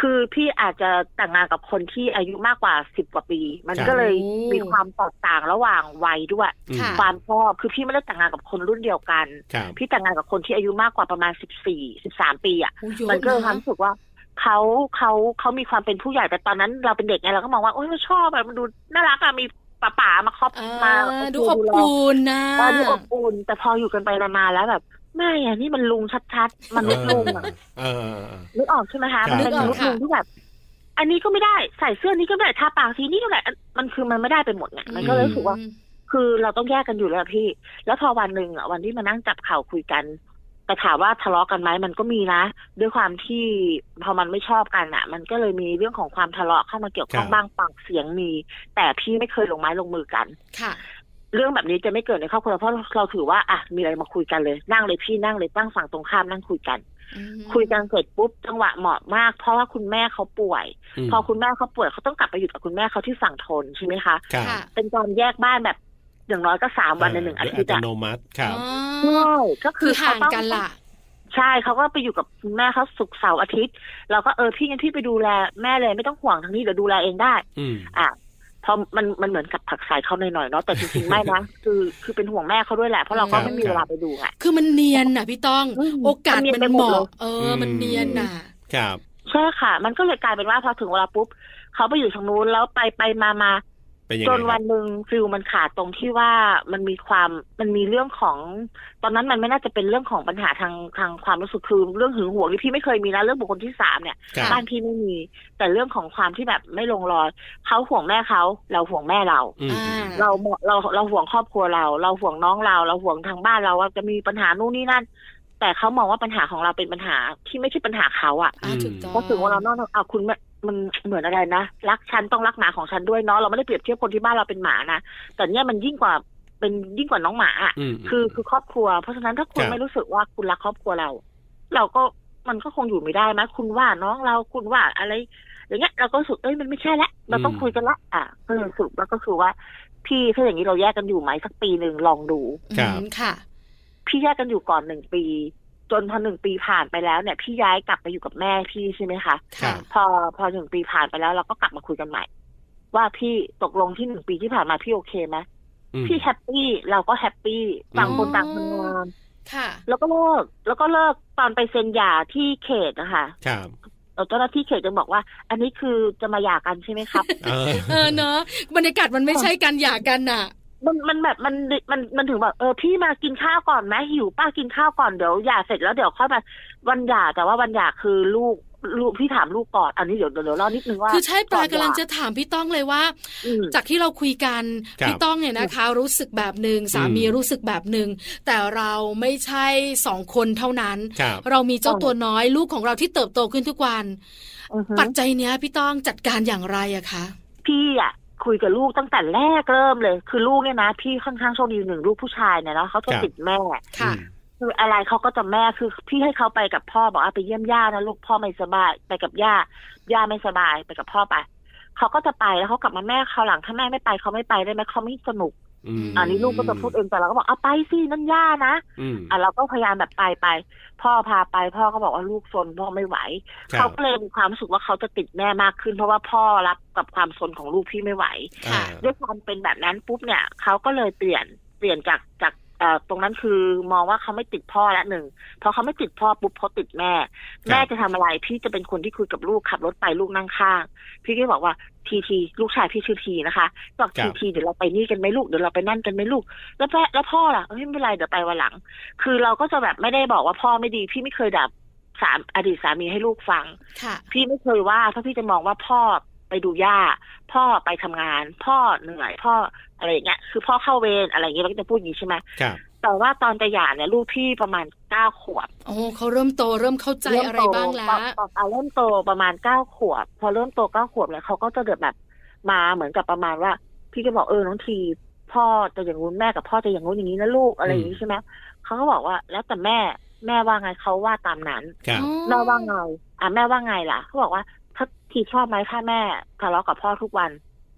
[SPEAKER 5] คือพี่อาจจะแต่งงานกับคนที่อายุมากกว่าสิบกว่าปี มันก็เลย
[SPEAKER 2] โอ้
[SPEAKER 5] มีความแตกต่างระหว่างวัยด้วย
[SPEAKER 3] อืม
[SPEAKER 2] ค่ะ
[SPEAKER 5] ความชอบคือพี่ไม่ได้แต่งงานกับคนรุ่นเดียวกัน
[SPEAKER 3] ครับ
[SPEAKER 5] พี่แต่งงานกับคนที่อายุมากกว่าประมาณสิบสี่สิบสามปีอ่ะ
[SPEAKER 2] โอ้เยอะ
[SPEAKER 5] มันก็เลย
[SPEAKER 2] นะ
[SPEAKER 5] ทำรู้สึกว่าเขาเขาเขามีความเป็นผู้ใหญ่แต่ตอนนั้นเราเป็นเด็กไงเราก็มองว่าโอ้ยเราชอบอะมันดูน่ารักอะมีป๋าป๋าๆมาครอบ
[SPEAKER 2] เออ
[SPEAKER 5] มา
[SPEAKER 2] ดูอบอุ่นนะ
[SPEAKER 5] ว่าดูอบอุ่นแต่พออยู่กันไปมาๆแล้วแบบไม่อะนี่มันลุงชัดๆมันไม่ลุงอะ
[SPEAKER 3] เออเออเออ
[SPEAKER 5] นึกออกใช่ไหมคะ
[SPEAKER 3] ครับ
[SPEAKER 5] มันเป็นลุคนึงที่แบบ อันนี้ก็ไม่ได้ใส่เสื้อนี้ก็ไม่ได้ทาปากสีนี้ก็ไม่ได้อันมันคือมันไม่ได้ไปหมดไงมันก็เลยรู้สึกว่า
[SPEAKER 2] อืม
[SPEAKER 5] คือเราต้องแยกกันอยู่แล้วอะพี่ แล้วพอวันหนึ่งอะวันที่มานั่งจับข่าวคุยกัน แต่ถามว่าทะเลาะกันไหมมันก็มีนะ ด้วยความที่พอมันไม่ชอบกันอะมันก็เลยมีเรื่องของความทะเลาะเข้ามาเกี่ยวข้อ
[SPEAKER 3] ค
[SPEAKER 5] ง
[SPEAKER 3] รับ
[SPEAKER 5] บ้างปากเสียงมี แต่พี่ไม่เคยลงไม้ลงมือกัน
[SPEAKER 2] ค่ะ
[SPEAKER 5] เรื่องแบบนี้จะไม่เกิดในครอบครัวเพราะเราถือว่าอ่ะมีอะไรมาคุยกันเลย นั่งเลยพี่นั่งเลยตั้งฝั่งตรงข้ามนั่งคุยกัน
[SPEAKER 2] อืม
[SPEAKER 5] คุยกันเสร็จปุ๊บจังหวะเหมาะมาก เพราะว่าคุณแม่เขาป่วย
[SPEAKER 3] ม
[SPEAKER 5] พอคุณแม่เขาป่วยเขาต้องกลับไปอยู่กับคุณแม่เขาที่ฝั่งทนใช่ไหมคะ
[SPEAKER 3] ครับ
[SPEAKER 2] ค่ะ
[SPEAKER 5] เป็นการแยกบ้านแบบอย่างน้อยก็สามวันในหนึ่งอา
[SPEAKER 3] โดยอั
[SPEAKER 5] ทิตย์
[SPEAKER 3] ต
[SPEAKER 5] อะ
[SPEAKER 3] โนมัติครับ
[SPEAKER 2] อ๋อ
[SPEAKER 5] ใช่ก็
[SPEAKER 2] คื
[SPEAKER 5] คื
[SPEAKER 2] อ อ
[SPEAKER 5] เข
[SPEAKER 2] ห่าง
[SPEAKER 5] ต้อง
[SPEAKER 2] กันล่ะ
[SPEAKER 5] ใช่เขาก็ไปอยู่กับคุณแม่เขาศุกร์เสาร์อาทิตย์เราก็เออพี่งั้นพี่ไปดูแลแม่เลยไม่ต้องห่วงทางนี้เดี๋ยวดูแลเองได้
[SPEAKER 3] อืม
[SPEAKER 5] อ่ะเพราะมันมันเหมือนกับผลักใส่เขาหน่อยๆเนาะแต่จริงๆไม่นะ คือคือเป็นห่วงแม่เขาด้วยแหละเพราะเราก็ไม่มีเวลาไปดูไง
[SPEAKER 2] คือมันเนียนน่ะพี่ต้อง
[SPEAKER 5] อืม
[SPEAKER 2] โอกาส
[SPEAKER 5] มันเนียน
[SPEAKER 2] มัน
[SPEAKER 5] ไปห
[SPEAKER 2] เห
[SPEAKER 5] ม
[SPEAKER 2] มาะ
[SPEAKER 5] ดเลย
[SPEAKER 2] เอออ
[SPEAKER 3] ม
[SPEAKER 2] มันเนียนน่ะ
[SPEAKER 3] ครับ
[SPEAKER 5] ใช่ค่ะ มันก็เลยกลายเป็นว่าพอถึงเวลาปุ๊บเขาไปอยู่ทางนู้นแล้วไปไปมามา
[SPEAKER 3] เป็นยัง
[SPEAKER 5] จ
[SPEAKER 3] ไง
[SPEAKER 5] น
[SPEAKER 3] ค
[SPEAKER 5] วั
[SPEAKER 3] รับ
[SPEAKER 5] นหนึ่งฟิลมันขาดตรงที่ว่ามันมีความมันมีเรื่องของ ตอนนั้นมันไม่น่าจะเป็นเรื่องของปัญหาทางทางความรู้สึกคือเรื่องหึงหวงที่พี่ไม่เคยมีนะเรื่องบุคคลที่สามเนี่ย
[SPEAKER 3] ครั
[SPEAKER 5] บ้า
[SPEAKER 3] บ
[SPEAKER 5] นพี่ไม่มี แต่เรื่องของความที่แบบไม่ลงรอยเขาห่วงแม่เขาเราห่วงแม่เรา
[SPEAKER 3] อืม
[SPEAKER 2] อ่า
[SPEAKER 5] เราเราเราห่วงครอบครัวเรา เราห่วงน้องเรา เราห่วงทางบ้านเราว่าจะมีปัญหานู่นนี่นั่น แต่เขามองว่าปัญหาของเราเป็นปัญหาที่ไม่ใช่ปัญหาเขาอะ
[SPEAKER 2] อ่าถูกต้อง
[SPEAKER 5] เพราะถึงเว่าเรานอกเอาคุณมันมันเหมือนอะไรนะรักฉันต้องรักหมาของฉันด้วยเนาะเราไม่ได้เปรียบเทียบคนที่บ้านเราเป็นหมานะแต่เนี่ยมันยิ่งกว่าเป็นยิ่งกว่าน้องหมาอะ
[SPEAKER 3] อืม
[SPEAKER 5] คือคือครอบครัว เพราะฉะนั้นถ้าคุณ
[SPEAKER 3] ครับ
[SPEAKER 5] ไม่รู้สึกว่าคุณรักครอบครัวเรา เราก็มันก็คงอยู่ไม่ได้มั้ยคุณว่าน้องเราคุณว่าอะไร อย่างเงี้ยเราก็รู้สึกเอ้ยมันไม่ใช่ละเราต้องคุยกันละอ่ะก็เลยสรุปแล้วก็คือว่า พี่ถ้าอย่างนี้เราแยกกันอยู่ไหมสักปีหนึ่งลองดู
[SPEAKER 3] ครับ
[SPEAKER 2] อืมค่ะ
[SPEAKER 5] พี่แยกกันอยู่ก่อนหนึ่งปี จนพอหนึ่งปีผ่านไปแล้วเนี่ย พี่ย้ายกลับไปอยู่กับแม่พี่ใช่ไหมคะ
[SPEAKER 3] ครับ
[SPEAKER 5] พอพอหนึ่งปีผ่านไปแล้ว เราก็กลับมาคุยกันใหม่ ว่าพี่ตกลงที่หนึ่งปีที่ผ่านมาพี่โอเคไหม
[SPEAKER 3] อืม
[SPEAKER 5] พี่แฮปปี้เราก็แฮปปี้ต่างคน
[SPEAKER 2] อืม
[SPEAKER 5] ต่างทำงาน
[SPEAKER 2] ค่ะ
[SPEAKER 5] แล้วก็เลิกแล้วก็เลิกตอนไปเซ็นหย่าที่เขตนะคะ
[SPEAKER 3] ครับ
[SPEAKER 5] เอ่อเจ้าหน้าที่เขตยังบอกว่า อันนี้คือจะมาหย่ากันใช่ไหม ครับ
[SPEAKER 3] เออ
[SPEAKER 2] เออเนอะบรรยากาศมันไม่ใช่การหย่ากันน่ะ
[SPEAKER 5] มันมันแบบมันมันมันถึงแบบเออพี่มากินข้าวก่อนไหมหิวป้ากินข้าวก่อนเดี๋ยวหย่าเสร็จแล้วเดี๋ยวค่อยมาวันหย่าแต่ว่าวันหย่าคือลูกลูกพี่ถามลูกก่อนอันนี้เดี๋ยวเดี๋ยวเดี๋ยวเล่านิดนึงว่า
[SPEAKER 2] คือใช่ปลา
[SPEAKER 5] อนหย่
[SPEAKER 2] กำลังจะถามพี่ต้องเลยว่า
[SPEAKER 5] อืม
[SPEAKER 2] จากที่เราคุยกัน
[SPEAKER 3] ครับ
[SPEAKER 2] พี่ต้องเนี่ยนะคะ รู้สึกแบบหนึ่งสามี
[SPEAKER 3] อืม
[SPEAKER 2] รู้สึกแบบหนึ่งแต่เราไม่ใช่สองคนเท่านั้น
[SPEAKER 3] ครับ
[SPEAKER 2] เรามีเจ้า
[SPEAKER 5] อ๋อ
[SPEAKER 2] ตัวน้อยลูกของเราที่เติบโตขึ้นทุกวัน
[SPEAKER 5] อือฮึ
[SPEAKER 2] ปัจจัยเนี้ยพี่ต้องจัดการอย่างไรอะคะ
[SPEAKER 5] พี่อ่ะคุยกับลูกตั้งแต่แรกเริ่มเลย คือลูกเนี่ยนะพี่ค่อนข้างโชคดีหนึ่งลูกผู้ชายเนี่ยเนาะเขาจะติดแม่
[SPEAKER 2] ค่ะ
[SPEAKER 3] อืม
[SPEAKER 5] คืออะไรเขาก็จะแม่คือพี่ให้เขาไปกับพ่อบอกว่าไปเยี่ยมย่านะลูกพ่อไม่สบายไปกับย่าย่าไม่สบายไปกับพ่อไปเขาก็จะไปแล้วเขากลับมาแม่เขาวหลังถ้าแม่ไม่ไปเขาไม่ไปได้ไหมเขาไม่สนุก
[SPEAKER 3] ม
[SPEAKER 5] อันนี้ลูกก็จะพูดเองแต่เราก็บอกเอาไปสินั่นย่านะ
[SPEAKER 3] อืม
[SPEAKER 5] อ่ะเราก็พยายามแบบไปไปพ่อพาไปพ่อก็บอกว่าลูกซนพ่อไม่ไหว
[SPEAKER 3] ครับ
[SPEAKER 5] เขาก็เลยมีความรู้สึกว่าเขาจะติดแม่มากขึ้น เพราะว่าพ่อรับกับความซนของลูกพี่ไม่ไหว
[SPEAKER 3] อ่า
[SPEAKER 5] ด้วยความเป็นแบบนั้นปุ๊บเนี่ยเขาก็เลยเปลี่ยนเปลี่ยนจากจากเอ่อตรงนั้นคือมองว่าเขาไม่ติดพ่อละหนึ่งพอเขาไม่ติดพ่อปุ๊บเขาติดแม่
[SPEAKER 3] บ
[SPEAKER 5] แม่จะทำอะไรพี่จะเป็นคนที่คุยกับลูกขับรถไปลูกนั่งข้าง พี่ก็บอกว่าทีทีลูกชายพี่ชื่อทีนะคะบอกทีทีเดี๋ยวเราไปนี่กันไหมลูกเดี๋ยวเราไปนั่นกันไหมลูก แล้วแม่แล้วพ่อล่ะเอ้ยไม่เป็นไรเดี๋ยวไปวันหลัง คือเราก็จะแบบไม่ได้บอกว่าพ่อไม่ดี พี่ไม่เคยด่าสามอดีตสามีให้ลูกฟัง
[SPEAKER 2] ค่ะ
[SPEAKER 5] พี่ไม่เคยว่าเพราะพี่จะมองว่าพ่อไปดูย่า พ่อไปทำงาน พ่อเหนื่อย พ่ออะไรอย่างเงี้ยคือพ่อเข้าเวรอะไรอย่างเงี้ยเราก็จะพูดอย่างนี้ใช่ไหม
[SPEAKER 3] ครับ
[SPEAKER 5] แต่ว่าตอนจะหย่าเนี่ยลูกพี่ประมาณเก้าขวบ
[SPEAKER 2] โอ้เขาเริ่มโตเริ่มเข้าใจ
[SPEAKER 5] เม
[SPEAKER 2] อะไร
[SPEAKER 5] โต
[SPEAKER 2] บ้างแล้ว
[SPEAKER 5] ปะปะอ่ะเริ่มโตประมาณเก้าขวบ พอเริ่มโตเก้าขวบเนี่ยเขาก็จะเดือดแบบมาเหมือนกับประมาณว่า พี่ก็บอกเออน้องที พ่อจะอย่างงู้นแม่กับพ่อจะอย่างงู้นอย่างนี้นะลูกอะไรอย่างนี้ใช่ไหมเขาก็บอกว่าแล้วแต่แม่แม่ว่าไงเขาว่าตามนั้น
[SPEAKER 3] ครับ
[SPEAKER 5] แม่ว่าไงอ่ะแม่ว่าไงล่ะเขาบอกว่าถ้าทีชอบไหมถ้าแม่ทะเลาะกับพ่อทุกวัน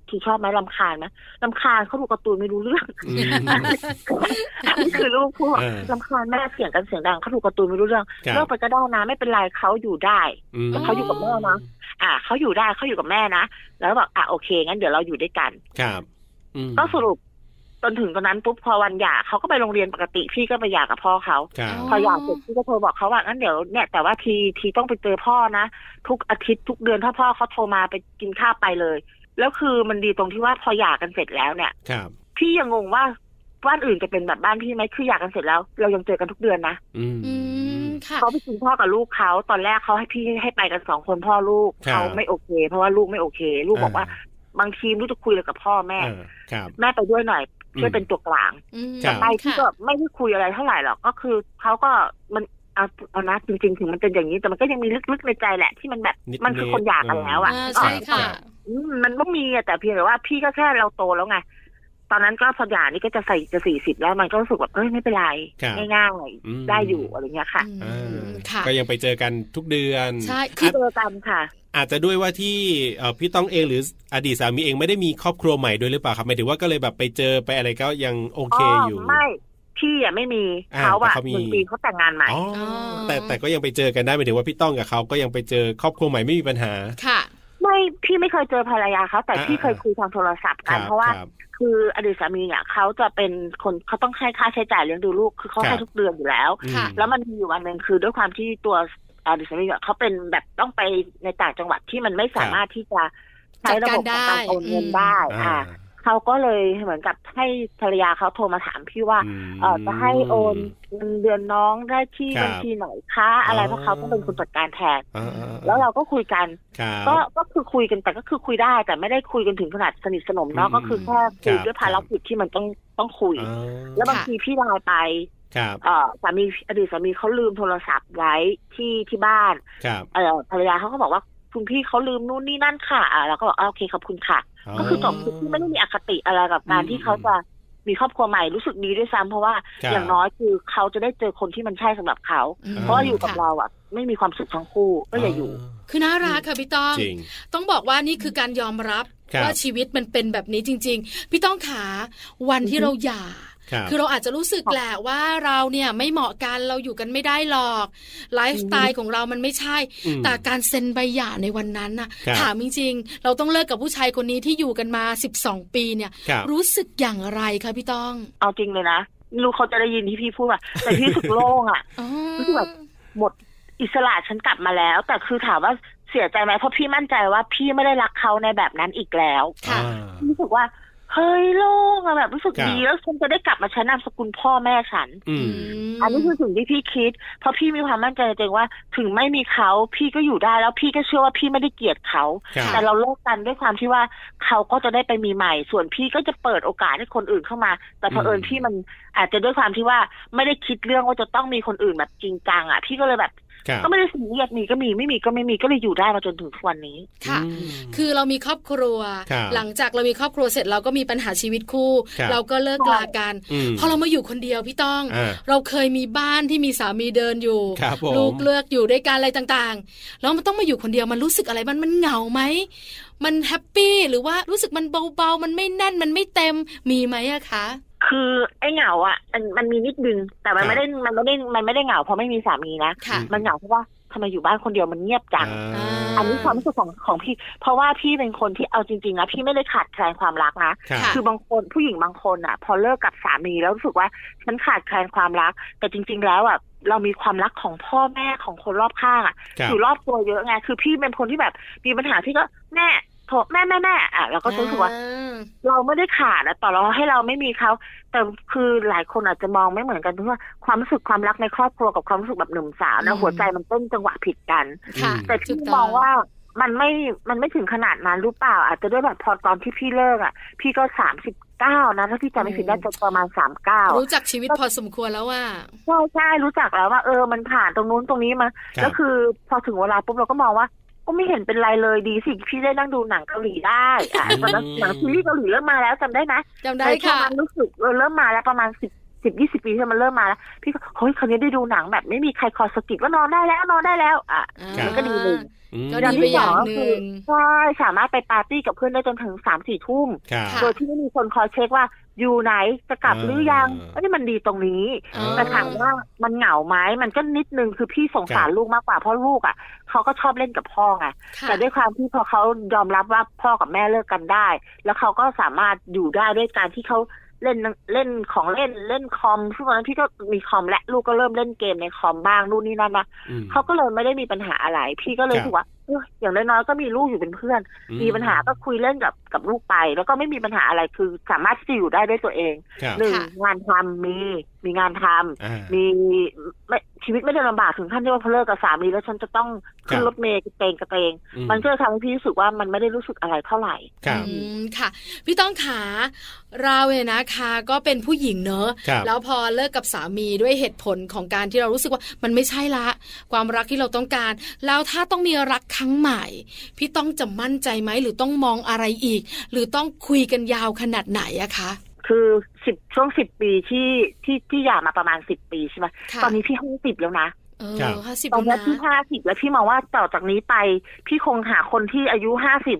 [SPEAKER 5] ทีชอบไหมลำคาญไหมลำคาญเขาดูการ์ตูนไม่รู้เรื่อง
[SPEAKER 3] อืม
[SPEAKER 5] อันนี้คือลูกพูดว่า
[SPEAKER 3] เออ
[SPEAKER 5] ลำคาญแม่เสียงกันเสียงดังเขาดูการ์ตูนไม่รู้เรื่อง
[SPEAKER 3] ครั
[SPEAKER 5] เลิ
[SPEAKER 3] บ
[SPEAKER 5] กไปก็ได้นะไม่เป็นไรเขาอยู่ได้
[SPEAKER 3] ม
[SPEAKER 5] เขาอยู่กับแม่นะอ่ะเขาอยู่ได้เขาอยู่กับแม่นะแล้วบอกอ่ะโอเคงั้นเดี๋ยวเราอยู่ด้วยกัน
[SPEAKER 3] ครับอืม
[SPEAKER 5] ก็สรุปจนถึงตอนนั้นปุ๊บพอวันหย่าเขาก็ไปโรงเรียนปกติพี่ก็ไปหย่ากับพ่อเขา
[SPEAKER 3] ครับ
[SPEAKER 2] อ๋อ
[SPEAKER 5] พออยากเสร็จพี่ก็โทรบอกเขาว่างั้นเดี๋ยวเนี่ยแต่ว่าทีทีต้องไปเจอพ่อนะ ทุกอาทิตย์ทุกเดือนถ้าพ่อเขาโทรมาไปกินข้าวไปเลย แล้วคือมันดีตรงที่ว่าพอหย่ากันเสร็จแล้วเนี่ย
[SPEAKER 3] ครับ
[SPEAKER 5] พี่ยังงงว่าบ้านอื่นจะเป็นแบบบ้านพี่ไหมคือหย่ากันเสร็จแล้ว เรายังเจอกันทุกเดือนนะ
[SPEAKER 3] อืม
[SPEAKER 2] อืมค่ะ
[SPEAKER 5] เขาไปกินข้าวกับลูกเขาตอนแรกเขาให้พี่ให้ไปกันสองคนพ่อลูก
[SPEAKER 3] ครับ
[SPEAKER 5] เขาไม่โอเค เพราะว่าลูกไม่โอเค ลูกบอกว่าบางทีไม่รู้จะคุยอะไรกับพ่อแม่
[SPEAKER 3] อ่าครับ
[SPEAKER 5] แม่ไปด้วยหน่อยช่วยเป็นตัวกลาง
[SPEAKER 2] อืม
[SPEAKER 3] ครับ
[SPEAKER 5] ไปที่
[SPEAKER 2] ค่ะ
[SPEAKER 5] ก็ไม่ได้คุยอะไรเท่าไหร่หรอกก็คือเขาก็มันเอาเอานะจริงๆถึงมันเป็นอย่างนี้แต่มันก็ยังมีลึกๆในใจแหละ ที่มันแบบ
[SPEAKER 3] นิดๆ
[SPEAKER 5] มันคือคนอยากกันแล้วอ่ะ
[SPEAKER 2] อ่า
[SPEAKER 5] อ๋อ
[SPEAKER 2] ใช่ค่ะ
[SPEAKER 3] ครับ
[SPEAKER 5] อืมมันต้องมีอะแต่เพียงแต่ว่าพี่ก็แค่เราโตแล้วไง ตอนนั้นก็พอหย่านี่ก็จะใส่จะสี่สิบแล้วมันก็รู้สึกแบบเอ้ยไม่เป็นไร
[SPEAKER 3] ครับ
[SPEAKER 5] ง่าย
[SPEAKER 3] อืม
[SPEAKER 5] ๆได้อยู่อะไรเงี้ยค่ะ
[SPEAKER 2] อื
[SPEAKER 3] อ่าม
[SPEAKER 2] ค่ะ
[SPEAKER 3] ก็ยังไปเจอกันทุกเดือน
[SPEAKER 2] ใช่คื
[SPEAKER 5] คือเจอกันค่ะ
[SPEAKER 3] อาจจะด้วยว่าที่เอ่อพี่ต้องเองหรืออดีตสามีเองไม่ได้มีครอบครัวใหม่ด้วยหรือเปล่าครับหมายถึงว่าก็เลยแบบไปเจอไปอะไรก็ยังโอเคอยู่
[SPEAKER 5] ไม่พี่อะไม่มี
[SPEAKER 3] อ่า
[SPEAKER 5] เขา
[SPEAKER 3] แต่
[SPEAKER 5] อะ
[SPEAKER 3] เขามี
[SPEAKER 5] หนึ่งปีเขาแต่งงานใหม่
[SPEAKER 3] อ๋อ
[SPEAKER 2] อ๋อ
[SPEAKER 3] แต่แต่ก็ยังไปเจอกันได้หมายถึงว่าพี่ต้องกับเขาก็ยังไปเจอครอบครัวใหม่ไม่มีปัญหา
[SPEAKER 2] ค่ะ
[SPEAKER 5] ไม่พี่ไม่เคยเจอภรรยาเขาแต่
[SPEAKER 3] อ่า
[SPEAKER 5] พี่เคย
[SPEAKER 3] อ่า
[SPEAKER 5] คุยทางโทรศัพท์
[SPEAKER 3] ค
[SPEAKER 5] กัน
[SPEAKER 3] บ
[SPEAKER 5] เพราะว่า
[SPEAKER 3] ครับ
[SPEAKER 5] คืออดีตสามีเนี่ยเขาจะเป็นคนเขาต้องให้ค่าใช้จ่ายเลี้ยงดูลูกคือเขา
[SPEAKER 3] ครับ
[SPEAKER 5] ให้ทุกเดือนอยู่แล้ว
[SPEAKER 3] อืม
[SPEAKER 5] แล้วมันมีอยู่วันหนึ่งคือด้วยความที่ตัว อ่าดิฉันไม่เขาเป็นแบบต้องไปในต่างจังหวัดที่มันไม่สามารถที่จะใช้ระบบของการโอนเงินได้อ่าเขาก็เลยเหมือนกับให้ภรรยาเขาโทรมาถามพี่ว่า เออจะให้โอนเงินเดือนน้องได้ที่
[SPEAKER 3] ครับ
[SPEAKER 5] บัญชีไหนคะอะไร
[SPEAKER 3] อ๋อ
[SPEAKER 5] เพราะเขาต้องเป็นคนจัดการแทน
[SPEAKER 3] อ่าอ่อ่
[SPEAKER 5] แล้วเราก็คุยกัน
[SPEAKER 3] ครับ
[SPEAKER 5] ก็ก็คือคุยกันแต่ก็คือคุยได้ แต่ไม่ได้คุยกันถึงขนาดสนิทสนมเนาะ
[SPEAKER 3] อืม
[SPEAKER 5] ก็คือแค่คุยด้ว
[SPEAKER 3] ครั
[SPEAKER 5] ย
[SPEAKER 3] บ
[SPEAKER 5] ภารกิจที่มันต้องต้องคุย
[SPEAKER 3] อ๋อ
[SPEAKER 5] แล้วบาง
[SPEAKER 2] ค่ะ
[SPEAKER 5] ทีพี่ไลน์ไป
[SPEAKER 3] ครับ
[SPEAKER 5] เออสามีอดีตสามีเขาลืมโทรศัพท์ไว้ที่ที่บ้าน
[SPEAKER 3] ครับ
[SPEAKER 5] เออภรรยาเขาก็บอกว่าคุณพี่เขาลืมนู่นนี่นั่นค่ะอ่าเราก็บอกอ่าโอเคขอบคุณค่ะ ก็คือจบคือพี่ไม่ได้มีอคติอะไรกับการที่เขาจะมีครอบครัวใหม่รู้สึกดีด้วยซ้ำเพราะว่า
[SPEAKER 3] ครับ
[SPEAKER 5] อย่างน้อยคือเขาจะได้เจอคนที่มันใช่สำหรับเขา
[SPEAKER 2] อืม
[SPEAKER 5] เพราะว่าอยู่กับ
[SPEAKER 2] ค่ะ
[SPEAKER 5] เราอ่ะ ไม่มีความสุขทั้งคู่ก็อย่าอยู่
[SPEAKER 2] คือน่ารักค่ะพี่ต้อง
[SPEAKER 3] จริง
[SPEAKER 2] ต้องบอกว่านี่คือการยอมรับ
[SPEAKER 3] ครับ
[SPEAKER 2] ว่าชีวิตมันเป็นแบบนี้จริง ๆ พี่ต้องขาวันที่เราหย่า
[SPEAKER 3] ครับ
[SPEAKER 2] คือเราอาจจะรู้สึกแหละว่าเราเนี่ยไม่เหมาะกันเราอยู่กันไม่ได้หรอกไลฟ์สไตล์ของเรามันไม่ใช่
[SPEAKER 3] อืม
[SPEAKER 2] แต่การเซ็นใบหย่าในวันนั้นน่ะ
[SPEAKER 3] ครับ
[SPEAKER 2] ถามจริงๆ เราต้องเลิกกับผู้ชายคนนี้ที่อยู่กันมา 12 ปีเนี่ย
[SPEAKER 3] ครับ
[SPEAKER 2] รู้สึกอย่างไรคะพี่ต้อง
[SPEAKER 5] เอาจริงเลยนะไม่รู้เขาจะได้ยินที่พี่พูดว่า แต่พี่รู้สึกโล่งอ่ะ
[SPEAKER 2] อ๋อ
[SPEAKER 5] รู้สึกแบบ หมดอิสระฉันกลับมาแล้ว แต่คือถามว่าเสียใจไหมเพราะพี่มั่นใจว่าพี่ไม่ได้รักเขาในแบบนั้นอีกแล้ว
[SPEAKER 2] ค่ะ
[SPEAKER 3] อ่า
[SPEAKER 5] รู้สึกว่าเฮ้ยโล่งอะแบบรู้สึก
[SPEAKER 3] ครับ
[SPEAKER 5] ดีแล้วฉันจะได้กลับมาใช้นามสกุลพ่อแม่ฉัน
[SPEAKER 3] อืม
[SPEAKER 5] อันนี้คือสิ่งที่พี่คิด เพราะพี่มีความมั่นใจในตัวเองว่าถึงไม่มีเขาพี่ก็อยู่ได้แล้วพี่ก็เชื่อว่าพี่ไม่ได้เกลียดเขา
[SPEAKER 3] ครับ
[SPEAKER 5] แต่เราเลิกกันด้วยความที่ว่าเขาก็จะได้ไปมีใหม่ ส่วนพี่ก็จะเปิดโอกาสให้คนอื่นเข้ามา แต่เผอิญ
[SPEAKER 3] อืม
[SPEAKER 5] พี่มันอาจจะด้วยความที่ว่าไม่ได้คิดเรื่องว่าจะต้องมีคนอื่นแบบจริงจังอ่ะพี่ก็เลยแบบ
[SPEAKER 3] ครับ
[SPEAKER 5] ก็ไม่ได้สิ่งเรียกมีก็มีไม่มีก็ไม่มีก็เลยอยู่ได้มาจนถึงทุกวันนี้
[SPEAKER 2] ค่ะ
[SPEAKER 3] อืม
[SPEAKER 2] คือเรามีครอบครัว
[SPEAKER 3] ครับ
[SPEAKER 2] หลังจากเรามีครอบครัวเสร็จเราก็มีปัญหาชีวิตคู่
[SPEAKER 3] ครับ
[SPEAKER 2] เราก็เลิกลากัน
[SPEAKER 3] ม
[SPEAKER 2] พอเรามาอยู่คนเดียวพี่ต้อง
[SPEAKER 3] อ่า
[SPEAKER 2] เราเคยมีบ้านที่มีสามีเดินอยู่
[SPEAKER 3] ครับผม
[SPEAKER 2] ลูกเลือกอยู่ด้วยกันอะไรต่างๆ แล้วมันต้องมาอยู่คนเดียวมันรู้สึกอะไรมันมันเหงาไหมมันแฮปปี้หรือว่ารู้สึกมันเบาๆ มันไม่แน่นมันไม่เต็มมีไหมอะคะ
[SPEAKER 5] คือไอ้เหงาอ่ะมันมันมีนิดนึงแต่มั
[SPEAKER 3] ครั
[SPEAKER 5] น
[SPEAKER 3] บ
[SPEAKER 5] ไม่ได้มันไม่ได้มันไม่ได้เหงาเพราะไม่มีสามีนะ
[SPEAKER 2] ค่ะ
[SPEAKER 5] มันเหงาเพราะว่าทำไมอยู่บ้านคนเดียวมันเงียบจัง
[SPEAKER 3] อ่า
[SPEAKER 5] อันนี้ความรู้สึกของของพี่ เพราะว่าพี่เป็นคนที่เอาจริงๆนะพี่ไม่ได้ขาดแคลนความรักนะ
[SPEAKER 3] ค่ะ
[SPEAKER 2] ะ
[SPEAKER 5] คือบางคนผู้หญิงบางคนอ่ะ พอเลิกกับสามีแล้วรู้สึกว่าฉันขาดแคลนความรัก แต่จริง ๆ แล้วอ่ะเรามีความรักของพ่อแม่ของคนรอบข้างอ่ะ
[SPEAKER 3] ครับ
[SPEAKER 5] อยู่รอบตัวเยอะไงคือพี่เป็นคนที่แบบมีปัญหาพี่ก็แม่โทรแม่แม่แม่อ่ะเราก็จะรู้สึกว่า
[SPEAKER 2] อ่า
[SPEAKER 5] เราไม่ได้ขาดอะต่อเราให้เราไม่มีเขาแต่คือหลายคนอาจจะมองไม่เหมือนกันเพราะว่าความรู้สึกความรักในครอบครัวกับความรู้สึกแบบหนุ่มสาว
[SPEAKER 2] อื
[SPEAKER 5] นะ
[SPEAKER 2] ม
[SPEAKER 5] หัวใจมันเต้นจังหวะผิดกัน
[SPEAKER 2] ค่ะ
[SPEAKER 5] แต่
[SPEAKER 2] ถู
[SPEAKER 5] พี่
[SPEAKER 2] กต้
[SPEAKER 5] มองว่ามันไม่ มันไม่ถึงขนาดนั้นรู้เปล่า อาจจะด้วยแบบพอตอนที่พี่เลิกอ่ะ พี่ก็สามสิบเก้านะถ้าพี่จำไม่ผิด
[SPEAKER 2] อืม
[SPEAKER 5] น่าจะประมาณสามเก้า
[SPEAKER 2] รู้จักชีวิตพอสมควรแล้วว่า
[SPEAKER 5] ใช่ใช่รู้จักแล้วว่าเออมันผ่านตรงนู้นตรงนี้มา
[SPEAKER 3] ครับ
[SPEAKER 5] แล้วคือพอถึงเวลาปุ๊บเราก็มองว่าก็ไม่เห็นเป็นไรเลยดีสิพี่ได้นั่งดูหนังเกาหลีได้อ่ะ
[SPEAKER 3] อืม
[SPEAKER 5] ตอนนั้นหนังซีรีส์เกาหลีเริ่มมาแล้วจำได้ไหม
[SPEAKER 2] จำได้
[SPEAKER 5] ในช่วง
[SPEAKER 2] ค่ะ
[SPEAKER 5] นั้นรู้สึกเออเริ่มมาแล้วประมาณสิบสิบยี่สิบปีที่มันเริ่มมาแล้วพี่ก็เฮ้ยคราวนี้ได้ดูหนังแบบไม่มีใครคอยสะกิดว่านอนได้แล้วนอนได้แล้วอ่ะ
[SPEAKER 3] ครับ
[SPEAKER 5] มันก็ดีเลย
[SPEAKER 3] อืม
[SPEAKER 2] ก็ดีไปอย่างหนึ่ง
[SPEAKER 5] ใช่สามารถไปปาร์ตี้กับเพื่อนได้จนถึงสามสี่ทุ่ม
[SPEAKER 3] ค่ะ
[SPEAKER 2] ค่ะ
[SPEAKER 5] โดยที่ไม่มีคนคอยเช็คว่าอยู่ไหนจะกลับ
[SPEAKER 3] อ่า
[SPEAKER 5] หรือยังอันนี้มันดีตรงนี้
[SPEAKER 2] อ่
[SPEAKER 5] แต่ถามว่ามันเหงาไหมมันก็นิดนึงคือพี่สงสา
[SPEAKER 3] ค
[SPEAKER 5] ร
[SPEAKER 3] รับ
[SPEAKER 5] ลูกมากกว่าเพราะลูกอ่ะเขาก็ชอบเล่นกับพ่อไง
[SPEAKER 2] ค่ะ
[SPEAKER 5] แต่ด้วยความที่พอเขายอมรับว่าพ่อกับแม่เลิกกันได้ แล้วเขาก็สามารถอยู่ได้ด้วยการที่เขาเล่นเล่นของเล่นเล่นคอมซึ่งตอนนั้นพี่ก็มีคอมและลูกก็เริ่มเล่นเกมในคอมบ้างนู่นนี่นั่นนะ
[SPEAKER 3] อืม
[SPEAKER 5] เขาก็เลยไม่ได้มีปัญหาอะไร พี่ก็เลย
[SPEAKER 3] ครับ
[SPEAKER 5] รู้สึกว่าเอ้ยอย่างน้อยๆก็มีลูกอยู่เป็นเพื่อน มีปัญหาก็คุยเล่นกับกับลูกไป แล้วก็ไม่มีปัญหาอะไรคือสามารถที่จะอยู่ได้ด้วยตัวเอง
[SPEAKER 3] ครับ
[SPEAKER 5] หนึ่งงานทำมีมีงานทำ
[SPEAKER 3] อ่า
[SPEAKER 5] มีไม่ชีวิตไม่ได้ลำบากถึงขั้นที่ว่าพอเลิกกับสามีแล้วฉันจะต้อง
[SPEAKER 3] ค
[SPEAKER 5] ขึ้น
[SPEAKER 3] รับ
[SPEAKER 5] รถเมล์กระเตงกระเตง
[SPEAKER 3] อื
[SPEAKER 5] มันก็เลยทำให้พี่รู้สึกว่ามันไม่ได้รู้สึกอะไรเท่าไหร่
[SPEAKER 3] ครับ
[SPEAKER 2] อืมค่ะ พี่ต้องขาเราเนี่ยนะคะก็เป็นผู้หญิงเนอะ
[SPEAKER 3] ครับ
[SPEAKER 2] แล้วพอเลิกกับสามีด้วยเหตุผลของการที่เรารู้สึกว่ามันไม่ใช่ละ ความรักที่เราต้องการ แล้วถ้าต้องมีรักครั้งใหม่ พี่ต้องจะมั่นใจไหมหรือต้องมองอะไรอีก หรือต้องคุยกันยาวขนาดไหนอะคะ
[SPEAKER 5] คือสิบช่วงสิบปีที่ที่ที่หย่ามาประมาณสิบปีใช่ไหม
[SPEAKER 2] ค่ะ
[SPEAKER 5] ตอนนี้พี่ห้าสิบแล้วนะ
[SPEAKER 2] เอ
[SPEAKER 3] ครั
[SPEAKER 2] อบ ห้าสิบ
[SPEAKER 5] ตอนนี้
[SPEAKER 2] นะ
[SPEAKER 5] พี่ห้าสิบแล้วพี่มองว่าต่อจากนี้ไป พี่คงหาคนที่อายุห้าสิบ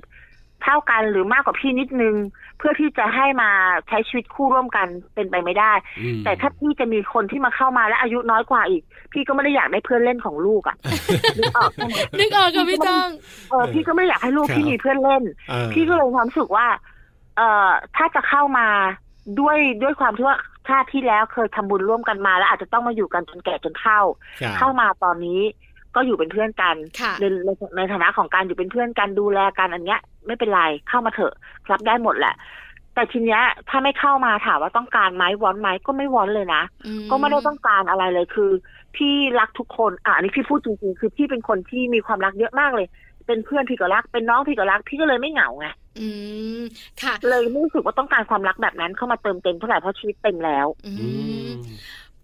[SPEAKER 5] เท่ากันหรือมากกว่าพี่นิดนึง เพื่อที่จะให้มาใช้ชีวิตคู่ร่วมกันเป็นไปไม่ได้
[SPEAKER 3] อืม
[SPEAKER 5] แต่ถ้าพี่จะมีคนที่มาเข้ามาและอายุน้อยกว่าอีก พี่ก็ไม่ได้อยากได้เพื่อนเล่นของลูกอ่ะ นึกออกใช่ไหม
[SPEAKER 2] นึกออกค่ะพี่ต้อง
[SPEAKER 5] เออพี่ก็ไม่ได้อยากให้ลูก
[SPEAKER 3] ครับ
[SPEAKER 5] พี่มีเพื่อนเล่น
[SPEAKER 3] อ่า
[SPEAKER 5] พี่ก็เลยมีความรู้สึกว่า เอ่อถ้าจะเข้ามาด้วยด้วยความที่ว่าชาติที่แล้วเคยทำบุญร่วมกันมา แล้วอาจจะต้องมาอยู่กันจนแก่จนเฒ่า
[SPEAKER 3] ครับ
[SPEAKER 5] เข้ามาตอนนี้ ก็อยู่เป็นเพื่อนกัน
[SPEAKER 2] ค่ะ
[SPEAKER 5] ในในในฐานะของการอยู่เป็นเพื่อนกันดูแลกันอันเนี้ย ไม่เป็นไรเข้ามาเถอะรับได้หมดแหละ แต่ทีเนี้ยถ้าไม่เข้ามาถามว่าต้องการไหมวอนไหมก็ไม่วอนเลยนะ
[SPEAKER 2] อื
[SPEAKER 5] ก็ไม่ได้ต้องการอะไรเลยคือ พี่รักทุกคนอ่ะอันนี้พี่พูดจริงๆคือพี่เป็นคนที่มีความรักเยอะมากเลย เป็นเพื่อนพี่ก็รัก เป็นน้องพี่ก็รัก พี่ก็เลยไม่เหงาไง
[SPEAKER 2] อืมค่ะ
[SPEAKER 5] เลยไม่รู้สึกว่าต้องการความรักแบบนั้นเข้ามาเติมเต็มเท่าไหร่เพราะชีวิตเต็มแล้ว
[SPEAKER 2] อื
[SPEAKER 3] อื
[SPEAKER 2] ม
[SPEAKER 3] ม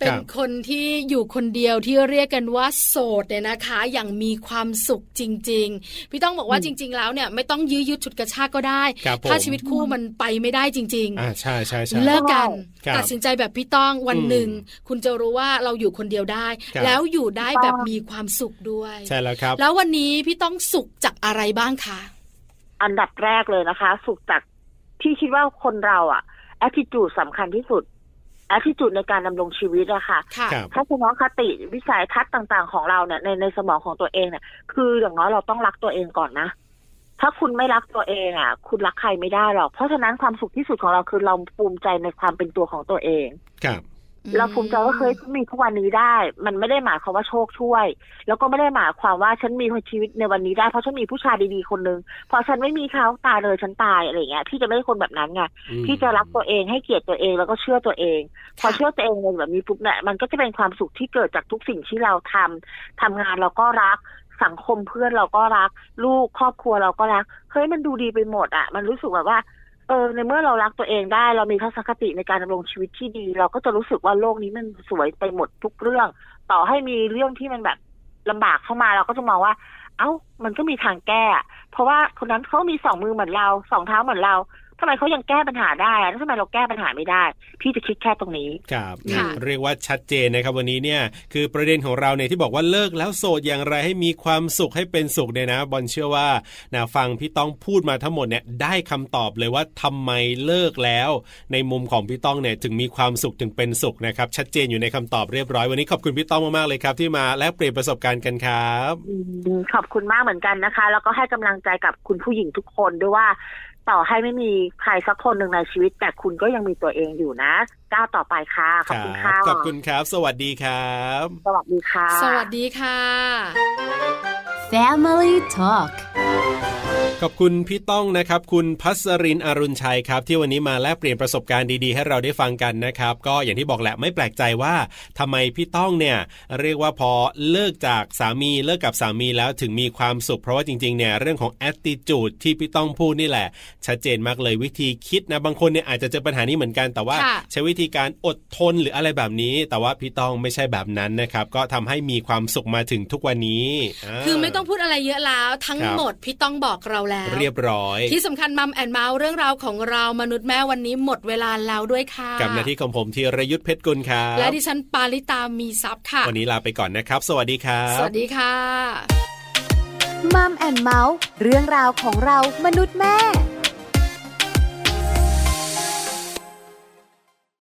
[SPEAKER 2] เป็
[SPEAKER 3] คน รับ
[SPEAKER 2] คนที่อยู่คนเดียวที่เรียกกันว่าโสดเนี่ยนะคะ อย่างมีความสุขจริง ๆ พี่ต้องบอกว่าจริง ๆ แล้วเนี่ยไม่ต้องยื้อยุดฉุดกระชากก็ได้
[SPEAKER 3] ครับผม
[SPEAKER 2] ถ้าชีวิตคู่มันไปไม่ได้จริง
[SPEAKER 3] อ่าใช่ใช่ใช่
[SPEAKER 2] ๆ เลิกกัน
[SPEAKER 3] ครับ
[SPEAKER 2] ตัดสินใจแบบพี่ต้องวัน
[SPEAKER 3] อืม
[SPEAKER 2] หนึ่ง คุณจะรู้ว่าเราอยู่คนเดียวได้
[SPEAKER 3] ครับ
[SPEAKER 2] แล้วอยู่ได้แบบมีความสุขด้วย
[SPEAKER 3] ใช่แล้วครับ
[SPEAKER 2] แล้ววันนี้พี่ต้องสุขจากอะไรบ้างคะ
[SPEAKER 5] อันดับแรกเลยนะคะ สุขจากที่คิดว่าคนเราอะ attitude สำคัญที่สุด attitude ในการดำรงชีวิตอะค่ะ
[SPEAKER 2] ค่ะ
[SPEAKER 3] ครับ
[SPEAKER 5] ทัศนคติวิสัยทัศน์ต่างๆ ของเราเนี่ยในในสมองของตัวเองเนี่ยคืออย่างน้อยเราต้องรักตัวเองก่อนนะ ถ้าคุณไม่รักตัวเองอ่ะ คุณรักใครไม่ได้หรอก เพราะฉะนั้นความสุขที่สุดของเราคือเราภูมิใจในความเป็นตัวของตัวเอง
[SPEAKER 3] ครับ
[SPEAKER 5] เราภูมิใจว่าเคยฉันมีทุกวันนี้ได้ มันไม่ได้หมายความว่าโชคช่วย แล้วก็ไม่ได้หมายความว่าฉันมีชีวิตในวันนี้ได้เพราะฉันมีผู้ชายดีๆคนนึงพอฉันไม่มีเขาตายเลยฉันตายอะไรอย่างเงี้ยพี่จะไม่ใช่คนแบบนั้นไง
[SPEAKER 3] อืม
[SPEAKER 5] ที่จะรักตัวเองให้เกียรติตัวเองแล้วก็เชื่อตัวเอง พอเชื่อตัวเองในแบบนี้ปุ๊บเนี่ยมันก็จะเป็นความสุขที่เกิดจากทุกสิ่งที่เราทำทำงานเราก็รักสังคมเพื่อนเราก็รัก ลูกครอบครัวเราก็รักเฮ้ยมันดูดีไปหมดอ่ะ มันรู้สึกแบบว่าเออในเมื่อเรารักตัวเองได้ เรามีทัศนคติในการดำรงชีวิตที่ดี เราก็จะรู้สึกว่าโลกนี้มันสวยไปหมดทุกเรื่อง ต่อให้มีเรื่องที่มันแบบลำบากเข้ามาเราก็จะมองว่า เอ้า มันก็มีทางแก้อะเพราะว่าคนนั้นเขามีสองมือเหมือนเราสองเท้าเหมือนเราทำไมเขายังแก้ปัญหาได้อะแล้วทำไมเราแก้ปัญหาไม่ได้ พี่จะคิดแค่ตรงนี้
[SPEAKER 3] ครับ
[SPEAKER 2] ค่ะ
[SPEAKER 3] เรียกว่าชัดเจนนะครับวันนี้เนี่ยคือประเด็นของเราเนี่ยที่บอกว่าเลิกแล้วโสดอย่างไรให้มีความสุขให้เป็นสุขเนี่ยนะบอลเชื่อว่านะฟังพี่ต้องพูดมาทั้งหมดเนี่ยได้คำตอบเลยว่าทำไมเลิกแล้ว ในมุมของพี่ต้องเนี่ยถึงมีความสุขถึงเป็นสุขนะครับชัดเจนอยู่ในคำตอบเรียบร้อยวันนี้ขอบคุณพี่ต้องมากๆเลยครับที่มาแลกเปลี่ยนประสบการณ์กันครับ
[SPEAKER 5] ขอบคุณมากเหมือนกันนะคะ แล้วก็ให้กำลังใจกับคุณผู้หญิงทุกคนด้วยว่า ต่อให้ไม่มีใครสักคนหนึ่งในชีวิต แต่คุณก็ยังมีตัวเองอยู่นะก้าวต่อไปค่ะ ขอบคุณค่ะ
[SPEAKER 3] ขอบคุณครับ สวัสดีครับ
[SPEAKER 5] สวัสดีค่ะ
[SPEAKER 2] สวัสดีค่ะ
[SPEAKER 1] Family Talk
[SPEAKER 3] ขอบคุณพี่ต้องนะครับ คุณพัสรินอรุณชัยครับ ที่วันนี้มาแลกเปลี่ยนประสบการณ์ดีๆ ให้เราได้ฟังกันนะครับ ก็อย่างที่บอกแหละไม่แปลกใจว่าทำไมพี่ต้องเนี่ยเรียกว่าพอเลิกจากสามีเลิกกับสามีแล้วถึงมีความสุข เพราะว่าจริงๆเนี่ยเรื่องของ attitude ที่พี่ต้องพูดนี่แหละ ชัดเจนมากเลยวิธีคิดนะบางคนเนี่ยอาจจะเจอปัญหานี้เหมือนกันแต่ว่า
[SPEAKER 2] ค่ะ
[SPEAKER 3] ใช้วิธีการอดทนหรืออะไรแบบนี้ แต่ว่าพี่ต้องไม่ใช่แบบนั้นนะครับ ก็ทำให้มีความสุขมาถึงทุกวันนี้า
[SPEAKER 2] คือไม่ต้องพูดอะไรเยอะแล้วทั้ง
[SPEAKER 3] ครับ
[SPEAKER 2] หมดพี่ต้องบอกเราแล้ว
[SPEAKER 3] เรียบร้อย
[SPEAKER 2] ที่สำคัญมัมแอนเมาส์เรื่องราวของเรามนุษย์แม่วันนี้หมดเวลาแล้วด้วยค่ะ
[SPEAKER 3] กับหน้าที่ของผมธีรยุทธเพชรกุลครับ
[SPEAKER 2] และดิฉันปาริตามีซับค่ะ
[SPEAKER 3] วันนี้ลาไปก่อนนะครับ สวัสดีครับ
[SPEAKER 2] สวัสดีค่ะ
[SPEAKER 1] มัมแอนเมาส์เรื่องราวของเรามนุษย์แม่